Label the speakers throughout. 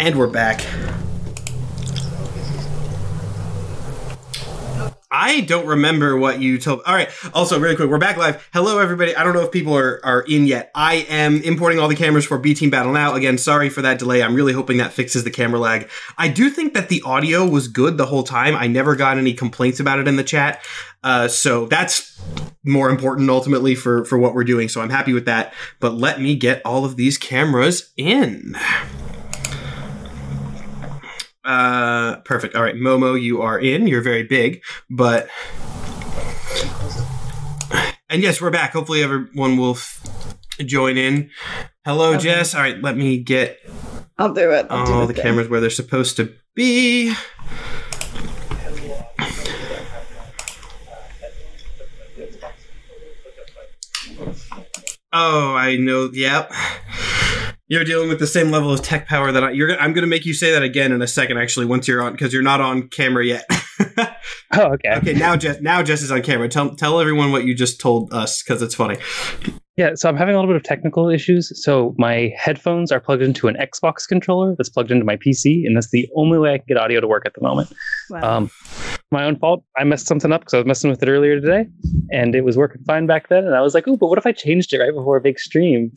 Speaker 1: And we're back. I don't remember what you told. All right. Also, really quick, we're back live. Hello, everybody. I don't know if people are, are in yet. I am importing all the cameras for B Team Battle now. Again, sorry for that delay. I'm really hoping that fixes the camera lag. I do think that the audio was good the whole time. I never got any complaints about it in the chat. Uh, so that's more important ultimately for, for what we're doing. So I'm happy with that. But let me get all of these cameras in. Uh, perfect. All right, Momo, you are in. You're very big, but and yes, we're back. Hopefully, everyone will f- join in. Hello,
Speaker 2: Okay.
Speaker 1: Jess. All right, let me get
Speaker 2: I'll do it. I'll do
Speaker 1: all
Speaker 2: it
Speaker 1: Oh, the
Speaker 2: then.
Speaker 1: cameras where they're supposed to be. Oh, I know. Yep. You're dealing with the same level of tech power that I, you're. gonna- I'm going to make you say that again in a second. Actually, once you're on, because you're not on camera yet.
Speaker 3: Oh, okay.
Speaker 1: okay, now Jess. Now Jess is on camera. Tell tell everyone what you just told us because it's funny.
Speaker 3: Yeah, so I'm having a little bit of technical issues. So my headphones are plugged into an Xbox controller that's plugged into my PC, and that's the only way I can get audio to work at the moment.
Speaker 2: Wow. Uh,
Speaker 3: Um, my own fault. I messed something up because I was messing with it earlier today, and it was working fine back then. And I was like, "Ooh, but what if I changed it right before a big stream?"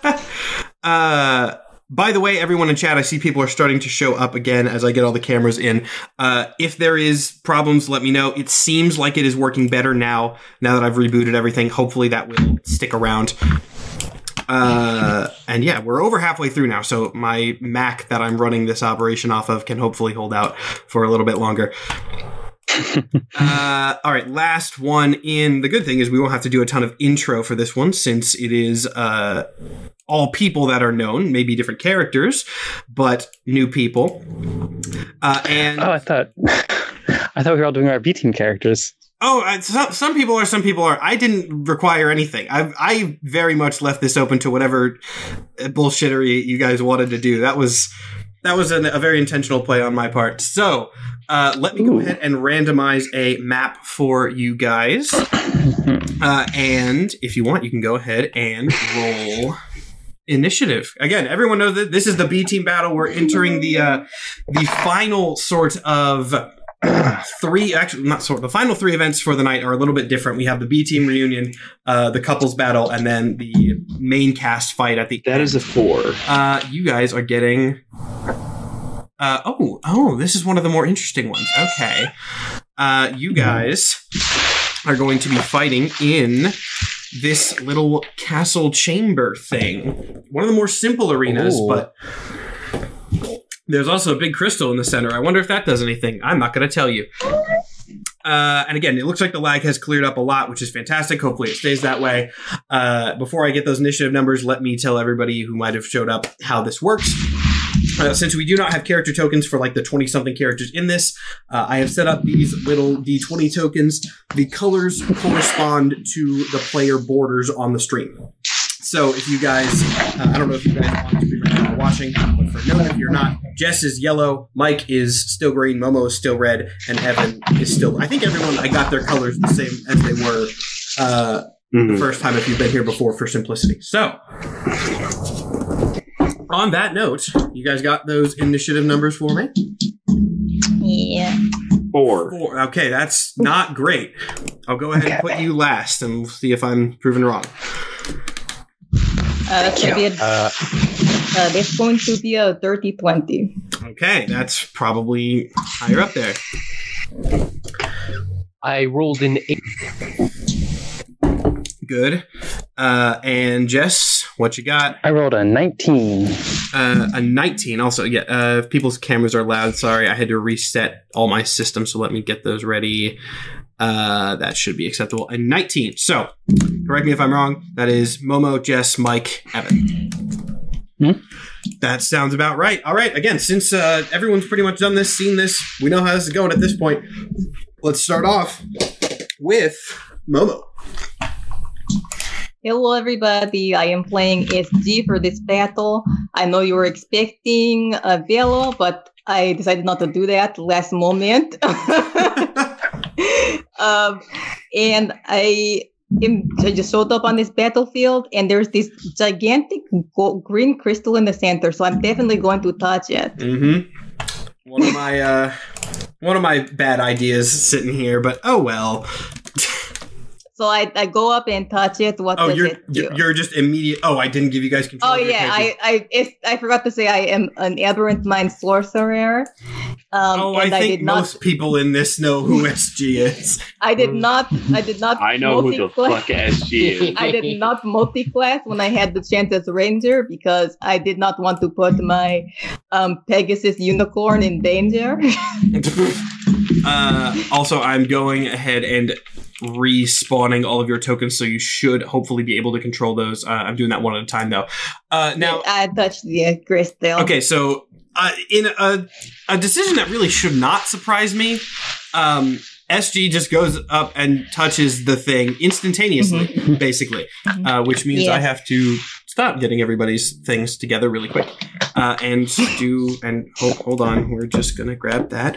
Speaker 1: uh, by the way, everyone in chat, I see people are starting to show up again as I get all the cameras in. Uh, if there is problems, let me know. It seems like it is working better now. Now that I've rebooted everything, hopefully that will stick around. Uh, and yeah, we're over halfway through now, so my Mac that I'm running this operation off of can hopefully hold out for a little bit longer. uh, all right, last one in. The good thing is we won't have to do a ton of intro for this one since it is uh, all people that are known, maybe different characters, but new people. Uh, and
Speaker 3: Oh, I thought, I thought we were all doing our B team characters.
Speaker 1: Oh, uh, some, some people are, some people are. I didn't require anything. I, I very much left this open to whatever uh, bullshittery you guys wanted to do. That was that was an, a very intentional play on my part. So uh, let me go
Speaker 3: Ooh.
Speaker 1: ahead and randomize a map for you guys. Uh, and if you want, you can go ahead and roll initiative. Again, everyone knows that this is the B team battle. We're entering the uh, the final sort of three actually not sort the final three events for the night are a little bit different. We have the B team reunion, uh, the couples battle, and then the main cast fight at the
Speaker 4: That is a four.
Speaker 1: uh, you guys are getting. Uh, oh, oh, this is one of the more interesting ones. Okay. Uh, you guys are going to be fighting in this little castle chamber thing. One of the more simple arenas,
Speaker 3: Ooh.
Speaker 1: but there's also a big crystal in the center. I wonder if that does anything. I'm not going to tell you. Uh, and again, it looks like the lag has cleared up a lot, which is fantastic. Hopefully, it stays that way. Uh, before I get those initiative numbers, let me tell everybody who might have showed up how this works. Uh, since we do not have character tokens for like the 20 something characters in this, uh, I have set up these little d20 tokens. The colors correspond to the player borders on the stream. So if you guys, uh, I don't know if you guys are on stream right now are watching, but for note, if you're not, Jess is yellow, Mike is still green, Momo is still red, and Evan is still. I think everyone I got their colors the same as they were uh, the first time if you've been here before for simplicity. So, on that note, you guys got those initiative numbers for me?
Speaker 2: yeah.
Speaker 4: Four.
Speaker 1: Four. Okay, that's not great. I'll go ahead and put you last and we'll see if I'm proven wrong.
Speaker 2: Uh, that's gonna be a,
Speaker 3: Uh,
Speaker 2: uh, there's going to be a dirty 20.
Speaker 1: Okay, that's probably higher up there.
Speaker 5: I rolled an eight.
Speaker 1: Good. Uh, and Jess, what you got?
Speaker 3: I rolled a 19.
Speaker 1: Uh, a 19 also. Yeah, uh, if people's cameras are loud, sorry. I had to reset all my systems, so let me get those ready. Uh, that should be acceptable. A 19. So, correct me if I'm wrong. That is Momo, Jess, Mike, Evan.
Speaker 3: Hmm?
Speaker 1: That sounds about right. All right. Again, since uh, everyone's pretty much done this, seen this, we know how this is going at this point. Let's start off with Momo.
Speaker 2: Hello, everybody. I am playing SG for this battle. I know you were expecting a Velo, but I decided not to do that last moment. um, and I him I just showed up on this battlefield, and there's this gigantic go- green crystal in the center. So I'm definitely going to touch it.
Speaker 1: Mm-hmm. One of my uh, one of my bad ideas sitting here, but oh well.
Speaker 2: So I, I go up and touch it. What
Speaker 1: Oh,
Speaker 2: does
Speaker 1: you're
Speaker 2: it do?
Speaker 1: you're you're just immediate. Oh, I didn't give you guys control.
Speaker 2: Oh
Speaker 1: of your
Speaker 2: yeah,
Speaker 1: character.
Speaker 2: I I it's, I forgot to say I am an aberrant mind sorcerer. Um,
Speaker 1: oh, I
Speaker 2: and I,
Speaker 1: think
Speaker 2: did not.
Speaker 1: most people in this know who SG is.
Speaker 2: I did not. I did not.
Speaker 4: I know who the
Speaker 2: multi-class-
Speaker 4: fuck SG is.
Speaker 2: I did not multi-class when I had the chance as ranger because I did not want to put my um, Pegasus unicorn in danger.
Speaker 1: uh, also, I'm going ahead and respawning all of your tokens, so you should hopefully be able to control those. Uh, I'm doing that one at a time, though. Uh, now,
Speaker 2: I touched the uh, crystal.
Speaker 1: okay, so uh, in a a decision that really should not surprise me, um, SG just goes up and touches the thing instantaneously, basically, uh, which means
Speaker 2: Mm-hmm. Yeah.
Speaker 1: I have to stop getting everybody's things together really quick uh, and do and hold, hold on. We're just gonna grab that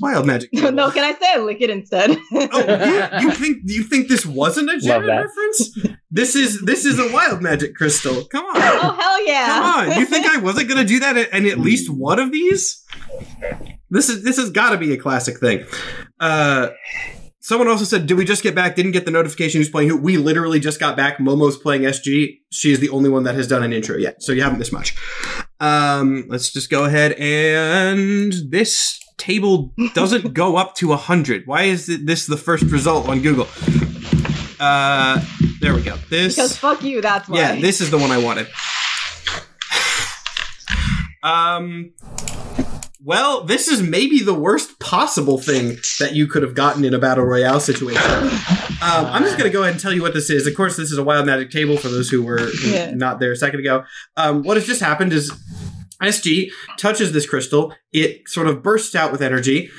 Speaker 1: wild magic.
Speaker 2: No, no, can I say a liquid instead?
Speaker 1: Oh, you, you think you think this wasn't a Jared
Speaker 3: that.
Speaker 1: reference? This is this is a wild magic crystal. Come on,
Speaker 2: Oh, hell yeah!
Speaker 1: come on. You think I wasn't gonna do that in at least one of these? This is this has got to be a classic thing. Uh, someone also said, "Did we just get back? Didn't get the notification who's playing who? We literally just got back. Momo's playing SG. She is the only one that has done an intro yet, so you haven't missed much." Um, let's just go ahead and this table doesn't go up to 100. Why is it- this the first result on Google? Uh, there we go. This
Speaker 2: because fuck you. That's why.
Speaker 1: yeah, this is the one I wanted. Um well, this is maybe the worst possible thing that you could have gotten in a battle royale situation. Um, I'm just going to go ahead and tell you what this is. Of course, this is a wild magic table for those who were
Speaker 2: Yeah.
Speaker 1: not there a second ago. Um, what has just happened is SG touches this crystal. It sort of bursts out with energy.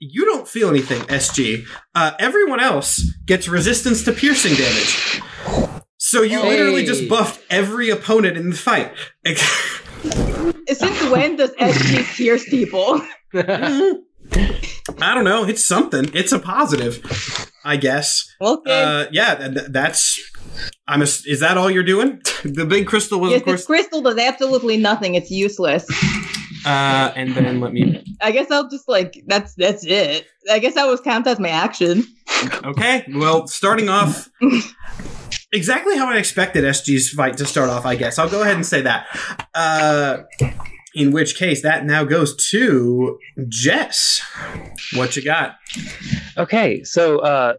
Speaker 1: You don't feel anything, SG. Uh, everyone else gets resistance to piercing damage. So you literally just
Speaker 5: Hey.
Speaker 1: buffed every opponent in the fight.
Speaker 2: Since when does SG pierce people?
Speaker 1: I don't know. It's something. It's a positive, I guess.
Speaker 2: Okay.
Speaker 1: Uh, yeah, th- th- that's. I'm. A, is that all you're doing? the big crystal was,
Speaker 2: yes,
Speaker 1: of course.
Speaker 2: this crystal does absolutely nothing. It's useless.
Speaker 1: Uh, and then let me
Speaker 2: I guess I'll just like that's that's it. I guess that was count as my action.
Speaker 1: Okay, well, starting off exactly how I expected SG's fight to start off, I guess. I'll go ahead and say that. Uh, in which case, that now goes to Jess. What you got?
Speaker 3: Okay, so uh,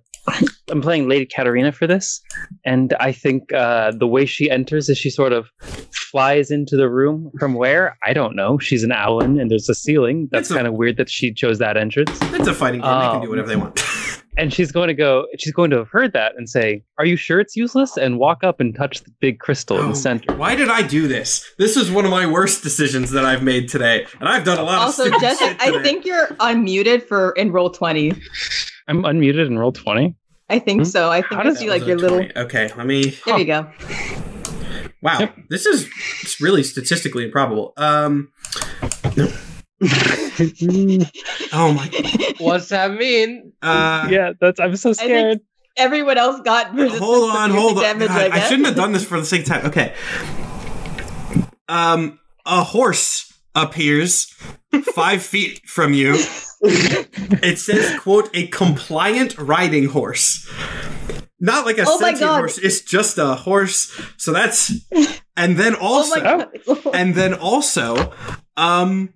Speaker 3: I'm playing Lady Katarina for this, and I think uh, the way she enters is she sort of flies into the room from where I don't know. She's an Alan, and there's a ceiling. That's
Speaker 1: It's a-
Speaker 3: kind of weird that she chose that entrance.
Speaker 1: It's a fighting game. they can do
Speaker 3: Um,
Speaker 1: whatever they want.
Speaker 3: And she's going to go. She's going to have heard that and say, "Are you sure it's useless?" And walk up and touch the big crystal in
Speaker 1: Oh,
Speaker 3: the center.
Speaker 1: Why did I do this? This is one of my worst decisions that I've made today, and I've done a lot
Speaker 2: Also,
Speaker 1: of stupid
Speaker 2: Jess,
Speaker 1: shit
Speaker 2: I
Speaker 1: today.
Speaker 2: think you're unmuted for in roll twenty.
Speaker 3: I'm unmuted and roll twenty.
Speaker 2: I think
Speaker 3: Hmm?
Speaker 2: so. I
Speaker 1: How
Speaker 2: think I
Speaker 1: does
Speaker 2: see
Speaker 1: that
Speaker 2: like
Speaker 1: was
Speaker 2: your
Speaker 1: a
Speaker 2: little.
Speaker 1: 20? Okay, let me.
Speaker 2: There you go.
Speaker 1: Wow,
Speaker 3: Yep.
Speaker 1: this is it's really statistically improbable. Um, oh my.
Speaker 5: What's that mean?
Speaker 1: Uh,
Speaker 3: yeah, that's. I'm so
Speaker 2: think-
Speaker 3: scared.
Speaker 2: Everyone else got resistance
Speaker 1: hold
Speaker 2: to
Speaker 1: on,
Speaker 2: piercing
Speaker 1: hold on.
Speaker 2: damage,
Speaker 1: God,
Speaker 2: I,
Speaker 1: I,
Speaker 2: guess.
Speaker 1: shouldn't have done this for the sixth time. Okay. Um, a horse appears five feet from you. It says, "quote a compliant riding horse." Not like a
Speaker 2: Oh my
Speaker 1: sentient
Speaker 2: God.
Speaker 1: horse. It's just a horse. So that's, and then
Speaker 2: Oh
Speaker 1: also,
Speaker 2: my god.
Speaker 1: and then also, um,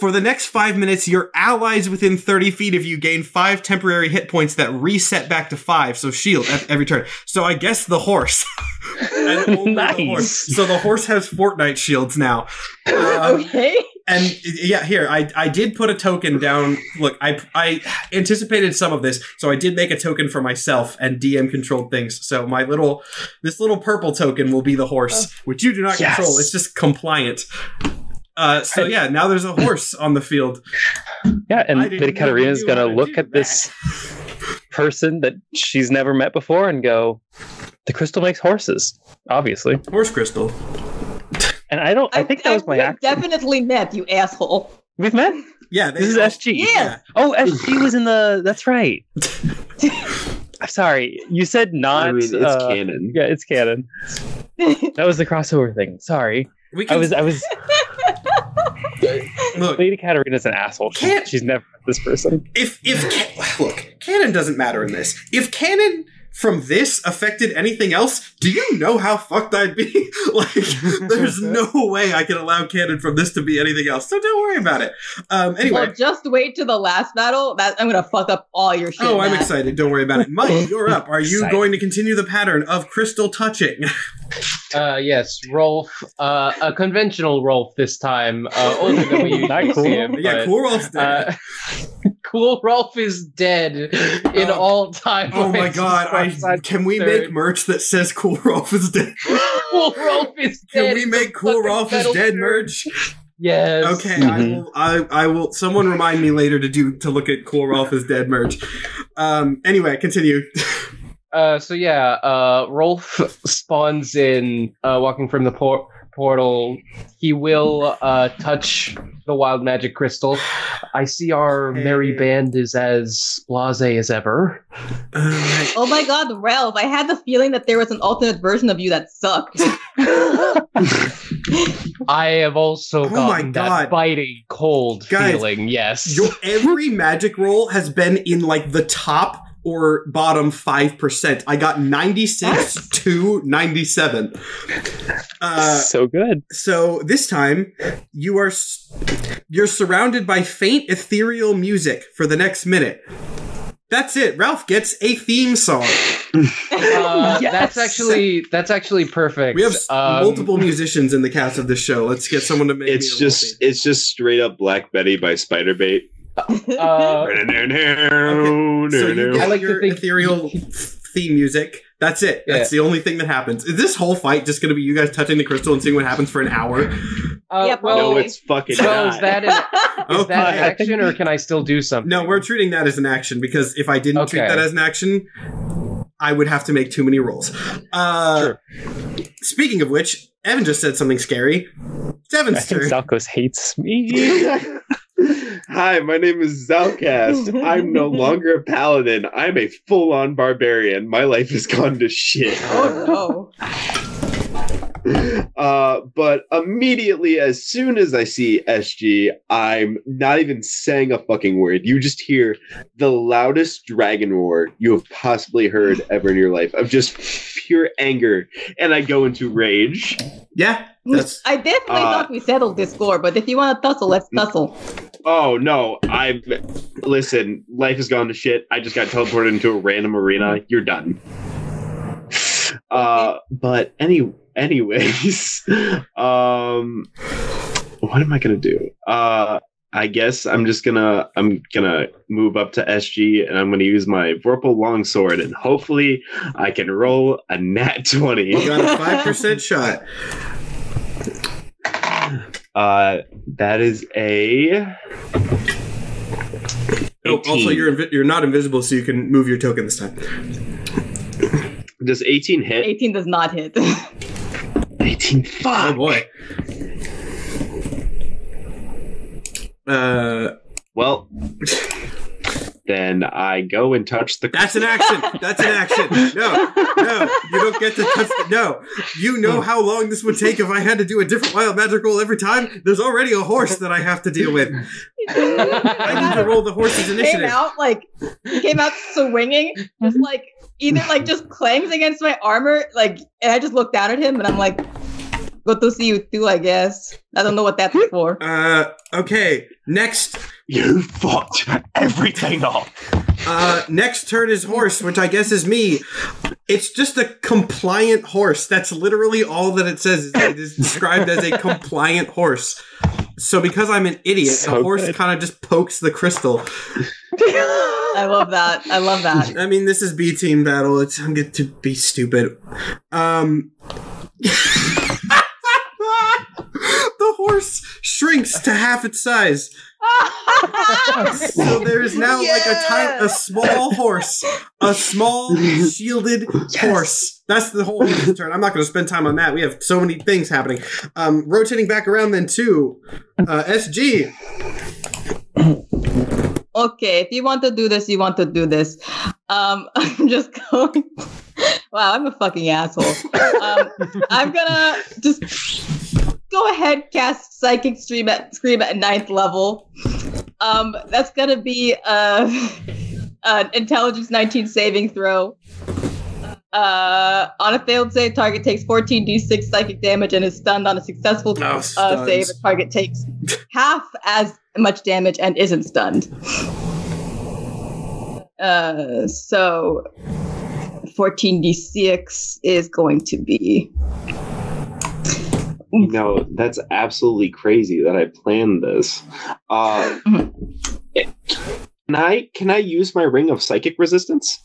Speaker 1: for the next five minutes, your allies within 30 feet of you gain five temporary hit points that reset back to five, so shield at every turn. So I guess the horse. And only the
Speaker 3: Nice.
Speaker 1: horse. So the horse has Fortnite shields now. Um,
Speaker 2: okay.
Speaker 1: and yeah, here I I did put a token down. Look, I I anticipated some of this, so I did make a token for myself and DM controlled things. So my little this little purple token will be the horse, which you do not
Speaker 3: Yes.
Speaker 1: control. It's just compliant. Uh, so yeah, now there's a horse on the field.
Speaker 3: Yeah, and
Speaker 1: I didn't
Speaker 3: Lady
Speaker 1: know
Speaker 3: Katarina's
Speaker 1: you knew how
Speaker 3: gonna
Speaker 1: to
Speaker 3: look
Speaker 1: do
Speaker 3: at this person that she's never met before and go, "The crystal makes horses, obviously."
Speaker 1: Horse crystal.
Speaker 3: And I don't. I, think that was my
Speaker 2: we
Speaker 3: act.
Speaker 2: Definitely met you asshole.
Speaker 3: We've met.
Speaker 1: Yeah, they-
Speaker 3: This is SG.
Speaker 2: Yes.
Speaker 3: Oh, SG was in the. That's right. I'm sorry, you said not.
Speaker 4: I mean, it's
Speaker 3: uh,
Speaker 4: canon.
Speaker 3: Yeah, it's canon. That was the crossover thing. Sorry,
Speaker 1: We can
Speaker 3: I was. I was.
Speaker 1: look
Speaker 3: Lady Katarina's an asshole. She,
Speaker 1: Can't-
Speaker 3: she's never met this person.
Speaker 1: if if ca- look canon doesn't matter in this. If canon from this affected anything else, do you know how fucked I'd be? like, there's no way I can allow canon from this to be anything else. So don't worry about it. Um, anyway.
Speaker 2: Well, just wait to the last battle. That I'm gonna fuck up all your shit.
Speaker 1: Oh, I'm
Speaker 2: Matt.
Speaker 1: excited. Don't worry about it. Mike, you're up. Are you
Speaker 3: Excited.
Speaker 1: going to continue the pattern of crystal touching?
Speaker 5: Uh, yes, Rolf. Uh, a conventional Rolf this time. Uh, older than we
Speaker 3: Not
Speaker 5: usually
Speaker 3: cool.
Speaker 5: see him.
Speaker 1: yeah,
Speaker 5: but,
Speaker 1: cool rolls there.
Speaker 5: Uh, cool Rolf is dead in
Speaker 1: Uh,
Speaker 5: all time.
Speaker 1: Oh my
Speaker 5: ways.
Speaker 1: god! I, can we
Speaker 5: Sorry.
Speaker 1: make merch that says "Cool Rolf is dead"?
Speaker 5: cool Rolf is
Speaker 1: Can
Speaker 5: dead.
Speaker 1: we make "Cool
Speaker 5: fucking
Speaker 1: Rolf is
Speaker 5: metal
Speaker 1: dead"
Speaker 5: shirt.
Speaker 1: merch?
Speaker 5: Yes.
Speaker 1: Okay, I
Speaker 3: Mhm.
Speaker 1: will. I, I will. Someone remind me later to do to look at "Cool Rolf is dead" merch. Um. Anyway, continue.
Speaker 5: Uh, so yeah, uh, Rolf spawns in, uh, walking from the por- portal. He will uh, touch the wild magic crystal. I see our merry
Speaker 1: Hey.
Speaker 5: band is as blasé as ever.
Speaker 1: Alright.
Speaker 2: Oh my god, Ralph! I had the feeling that there was an alternate version of you that sucked.
Speaker 5: I have also
Speaker 1: Oh my
Speaker 5: gotten
Speaker 1: God.
Speaker 5: that biting cold
Speaker 1: Guys,
Speaker 5: feeling. Yes.
Speaker 1: Your every magic roll has been in like the top or bottom five percent. I got ninety six to ninety seven. Uh,
Speaker 3: so good.
Speaker 1: So this time, you are s- you're surrounded by faint ethereal music for the next minute. That's it. Ralph gets a theme song.
Speaker 5: Uh,
Speaker 3: Yes.
Speaker 5: That's actually that's actually perfect.
Speaker 1: We have s
Speaker 5: Um,
Speaker 1: multiple musicians in the cast of this show. Let's get someone to make. me
Speaker 4: It's
Speaker 1: a little
Speaker 4: just it's just straight up Black Betty by Spiderbait.
Speaker 5: Uh,
Speaker 1: theme. so you get
Speaker 5: I like to
Speaker 1: your
Speaker 5: think-
Speaker 1: ethereal theme music. That's it. That's the only thing that happens. Is this whole fight just going to be you guys touching the crystal and seeing what happens for an hour?
Speaker 5: uh,
Speaker 2: Yeah,
Speaker 5: well,
Speaker 4: no,
Speaker 2: probably.
Speaker 4: it's fucking
Speaker 5: well, is
Speaker 4: not.
Speaker 5: that an, is
Speaker 1: Okay.
Speaker 5: that an
Speaker 3: I think
Speaker 5: action, or can I still do something?
Speaker 1: No, we're treating that as an action because if I didn't treat
Speaker 5: Okay.
Speaker 1: that as an action, I would have to make too many rolls. Uh,
Speaker 5: Sure.
Speaker 1: Speaking of which, Evan just said something scary. It's
Speaker 3: I
Speaker 1: Evan's
Speaker 3: think
Speaker 1: turn.
Speaker 3: Zalkos hates me.
Speaker 4: Hi, my name is Zalcast. I'm no longer a paladin. I'm a full-on barbarian. My life has gone to shit.
Speaker 2: oh no!
Speaker 4: Uh, but immediately, as soon as I see SG, I'm not even saying a fucking word. You just hear the loudest dragon roar you have possibly heard ever in your life of just pure anger, and I go into rage.
Speaker 1: Yeah, that's
Speaker 2: I definitely
Speaker 4: Uh,
Speaker 2: thought we settled this score, but if you want to tussle, let's tussle.
Speaker 4: Oh no! I'm listen. Life has gone to shit. I just got teleported into a random arena. You're done. Uh, but any anyways, um, what am I gonna do? Uh, I guess I'm just gonna I'm gonna move up to SG and I'm gonna use my Vorpal longsword and hopefully I can roll a nat
Speaker 1: you
Speaker 4: twenty.
Speaker 1: got a five percent shot.
Speaker 4: Uh, that is a.
Speaker 1: Oh, also,
Speaker 4: 18.
Speaker 1: you're invi- you're not invisible, so you can move your token this time.
Speaker 4: Does 18 hit?
Speaker 2: 18 does not hit.
Speaker 4: 18.
Speaker 1: Oh
Speaker 4: Fuck.
Speaker 1: boy. Uh,
Speaker 4: Well, then I go and touch the.
Speaker 1: that's an action. That's an action. No, no, you don't get to touch. The- no, you know how long this would take if I had to do a different wild magic roll every time. There's already a horse that I have to deal with. I need to roll the horse's
Speaker 2: came
Speaker 1: initiative.
Speaker 2: out like he came out swinging, just like either like just clangs against my armor, like and I just looked down at him and I'm like, good to see you too, I guess. I don't know what that's for.
Speaker 1: Uh, okay. Next,
Speaker 4: You fucked everything up.
Speaker 1: uh, next turn is horse, which I guess is me. It's just a compliant horse. That's literally all that it says. is that It is described as a compliant horse. So because I'm an idiot, the
Speaker 3: So
Speaker 1: horse
Speaker 3: good.
Speaker 1: kind of just pokes the crystal.
Speaker 2: I love that. I love that.
Speaker 1: I mean, this is B team battle. It's I'm going to be stupid. Um, the horse shrinks to half its size. So there is now like a tiny, a small horse, a small shielded horse. That's the whole horse's turn. I'm not going to spend time on that. We have so many things happening. Um, rotating back around then too. Uh, SG.
Speaker 2: okay, if you want to do this, you want to do this. Um, I'm just going. wow, I'm a fucking asshole. Um, I'm gonna just go ahead cast psychic stream at scream at ninth level. Um, that's gonna be uh, an intelligence 19 saving throw. Uh, on a failed save, target takes 14d6 psychic damage and is stunned. On a successful
Speaker 1: Oh,
Speaker 2: uh, save,
Speaker 1: stuns.
Speaker 2: a target takes half as much damage and isn't stunned. Uh, so 14d6 is going to be
Speaker 4: No, that's absolutely crazy that I planned this. Uh, can I can I use my ring of psychic resistance?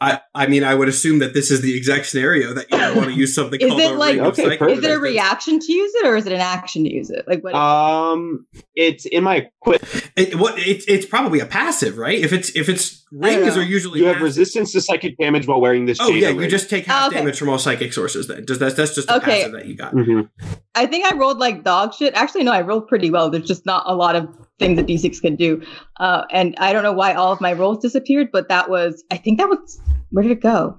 Speaker 1: I, I mean, I would assume that this is the exact scenario that you want to use something
Speaker 2: Is
Speaker 1: called
Speaker 2: it
Speaker 1: a
Speaker 2: like-
Speaker 1: ring of
Speaker 4: Okay,
Speaker 1: psychic
Speaker 4: perfect.
Speaker 2: is it a
Speaker 1: resistance.
Speaker 2: reaction to use it or is it an action to use it like
Speaker 1: Uh,
Speaker 2: what
Speaker 4: Um, it's in my equip.
Speaker 1: It, what it, it's probably a passive, right? If it's if it's
Speaker 2: don't
Speaker 1: rings
Speaker 2: know.
Speaker 1: are usually
Speaker 4: You have
Speaker 1: passive.
Speaker 4: resistance to psychic damage while wearing this.
Speaker 1: Oh
Speaker 4: Jada
Speaker 1: yeah, you
Speaker 4: ring.
Speaker 1: just take half
Speaker 2: Oh, okay.
Speaker 1: damage from all psychic sources. Then just that's that's just the
Speaker 2: Okay.
Speaker 1: passive that you got.
Speaker 4: Mhm.
Speaker 2: i think i rolled like dog shit actually no i rolled pretty well there's just not a lot of things that d6 can do uh, and i don't know why all of my rolls disappeared but that was i think that was where did it go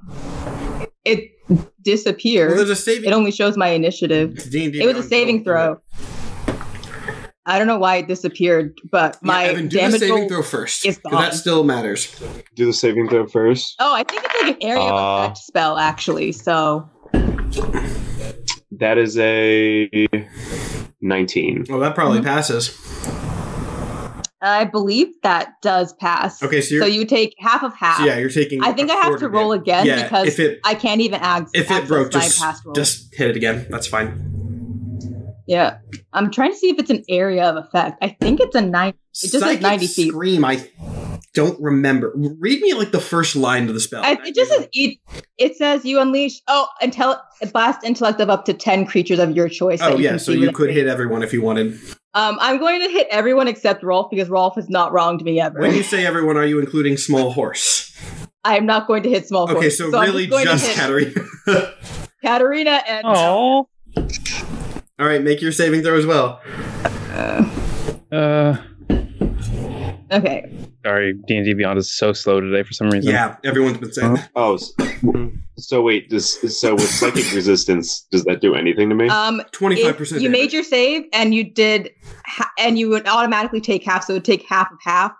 Speaker 2: it disappeared
Speaker 1: Well, there's a
Speaker 2: it
Speaker 1: saving.
Speaker 2: only shows my initiative
Speaker 1: D&D
Speaker 2: it was a
Speaker 1: round,
Speaker 2: saving
Speaker 1: don't do it.
Speaker 2: throw. I don't know why it disappeared, but my
Speaker 1: yeah, Evan, do the
Speaker 2: damage
Speaker 1: saving
Speaker 2: roll-
Speaker 1: throw first.
Speaker 2: is
Speaker 1: 'cause
Speaker 2: gone.
Speaker 1: that still matters.
Speaker 4: do the saving throw first.
Speaker 2: Oh, I think it's like an area
Speaker 4: Uh.
Speaker 2: of effect spell actually. So
Speaker 4: That is a nineteen.
Speaker 1: Well, that probably
Speaker 2: Mm-hmm.
Speaker 1: passes.
Speaker 2: I believe that does pass.
Speaker 1: Okay, so
Speaker 2: So
Speaker 1: you're
Speaker 2: you take half of half.
Speaker 1: so yeah, you're taking.
Speaker 2: Ah, I think
Speaker 1: a
Speaker 2: I have
Speaker 1: quarter
Speaker 2: to roll
Speaker 1: damage.
Speaker 2: again
Speaker 1: Yeah,
Speaker 2: because
Speaker 1: if it
Speaker 2: I can't even add.
Speaker 1: if it broke,
Speaker 2: my
Speaker 1: just
Speaker 2: past roll.
Speaker 1: just hit it again. That's fine.
Speaker 2: yeah. I'm trying to see if it's an area of effect. I think it's a nine. just says
Speaker 1: Psychic
Speaker 2: 90 feet.
Speaker 1: Scream. I don't remember. Read me like the first line of the spell.
Speaker 2: I, it just says it, it says you unleash oh intel blast intellect of up to ten creatures of your choice. that
Speaker 1: Oh yeah,
Speaker 2: can
Speaker 1: so
Speaker 2: see
Speaker 1: you
Speaker 2: within
Speaker 1: could
Speaker 2: range.
Speaker 1: hit everyone if you wanted.
Speaker 2: Um, I'm going to hit everyone except Rolf because Rolf has not wronged me ever.
Speaker 1: When you say everyone, are you including small horse?
Speaker 2: I'm not going to hit small.
Speaker 1: Okay,
Speaker 2: horse.
Speaker 1: so,
Speaker 2: I'm
Speaker 1: really
Speaker 2: going to
Speaker 1: just
Speaker 2: hit
Speaker 1: Katarina.
Speaker 2: Katarina and
Speaker 3: Oh.
Speaker 1: All right, make your saving throw as well.
Speaker 3: Uh,
Speaker 2: okay.
Speaker 3: sorry, D and D Beyond is so slow today for some reason.
Speaker 1: Yeah, everyone's been saying that.
Speaker 4: Oh, s- so wait, does so with psychic resistance, does that do anything to me?
Speaker 2: Um,
Speaker 1: Twenty-five
Speaker 2: if
Speaker 1: percent.
Speaker 2: you made your save and you did, ha- and you would automatically take half, so it would take half of half.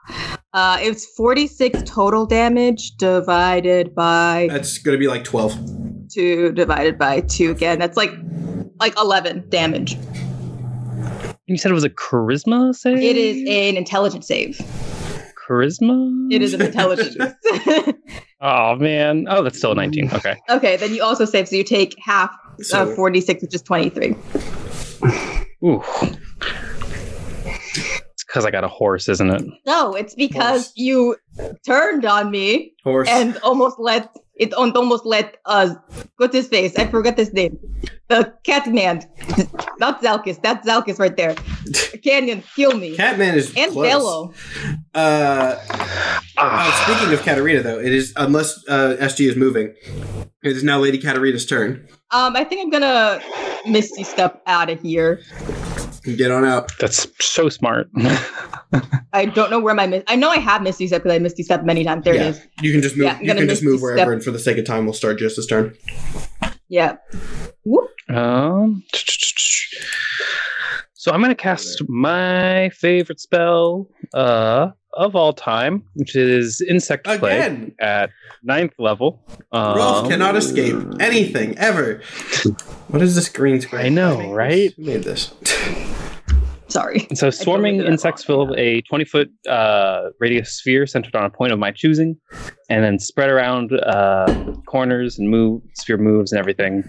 Speaker 2: Uh, it was 46 total damage divided by
Speaker 1: That's gonna be like twelve.
Speaker 2: two, divided by two again. That's like like 11 damage.
Speaker 3: You said it was a charisma save.
Speaker 2: It is an intelligence save.
Speaker 3: charisma.
Speaker 2: It is an intelligence.
Speaker 3: Oh man. Oh, that's still a nineteen. Okay.
Speaker 2: okay, then you also save, so you take half
Speaker 1: So
Speaker 2: uh, 46, which is 23.
Speaker 3: Ooh. It's because I got a horse, isn't it?
Speaker 2: No, it's because
Speaker 1: Horse.
Speaker 2: you turned on me
Speaker 1: horse.
Speaker 2: and almost let it on almost let us what's his face? I forgot his name. The cat man. Not Zalkis. That's Zalkis right there. Canyon, kill me.
Speaker 1: Catman is
Speaker 2: and
Speaker 1: close.
Speaker 2: Bello.
Speaker 1: Uh,
Speaker 3: Ah,
Speaker 1: uh, speaking of Katarina, though, it is unless uh, SG is moving. It is now Lady Katarina's turn.
Speaker 2: Um, I think I'm gonna misty step out of here.
Speaker 1: Get on out.
Speaker 3: That's so smart.
Speaker 2: I don't know where my mis- I know I have misty step because I misty step many times. There
Speaker 1: Yeah.
Speaker 2: it is.
Speaker 1: You can just move.
Speaker 2: Yeah, I'm
Speaker 1: you
Speaker 2: gonna
Speaker 1: can just
Speaker 2: make
Speaker 1: move
Speaker 2: you
Speaker 1: wherever,
Speaker 2: step-
Speaker 1: and for the sake of time, we'll start just this turn.
Speaker 2: Yeah.
Speaker 3: Um, so I'm gonna cast my favorite spell uh, of all time, which is Insect Plague
Speaker 1: Again,
Speaker 3: at ninth level. Um,
Speaker 1: Rolf cannot escape anything ever. What is this green screen?
Speaker 3: I know,
Speaker 1: Who made
Speaker 3: right?
Speaker 1: this? Who made this?
Speaker 2: Sorry.
Speaker 3: So swarming
Speaker 2: did that
Speaker 3: insects
Speaker 2: wrong.
Speaker 3: fill a 20 foot uh, radius sphere centered on a point of my choosing, and then spread around uh, corners and move sphere moves and everything.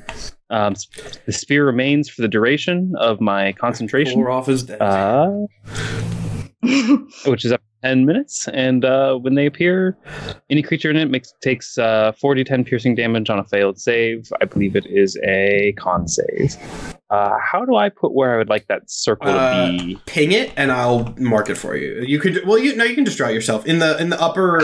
Speaker 3: Um, s- the sphere remains for the duration of my concentration.
Speaker 1: Rolf is dead.
Speaker 3: Uh, which is up to 10 minutes. And uh, when they appear, any creature in it makes takes uh, 40 10 piercing damage on a failed save. I believe it is a con save. Uh, how do I put where I would like that circle
Speaker 1: Uh,
Speaker 3: to be?
Speaker 1: ping it and I'll mark it for you. You could well you no you can just draw it yourself. In the in the upper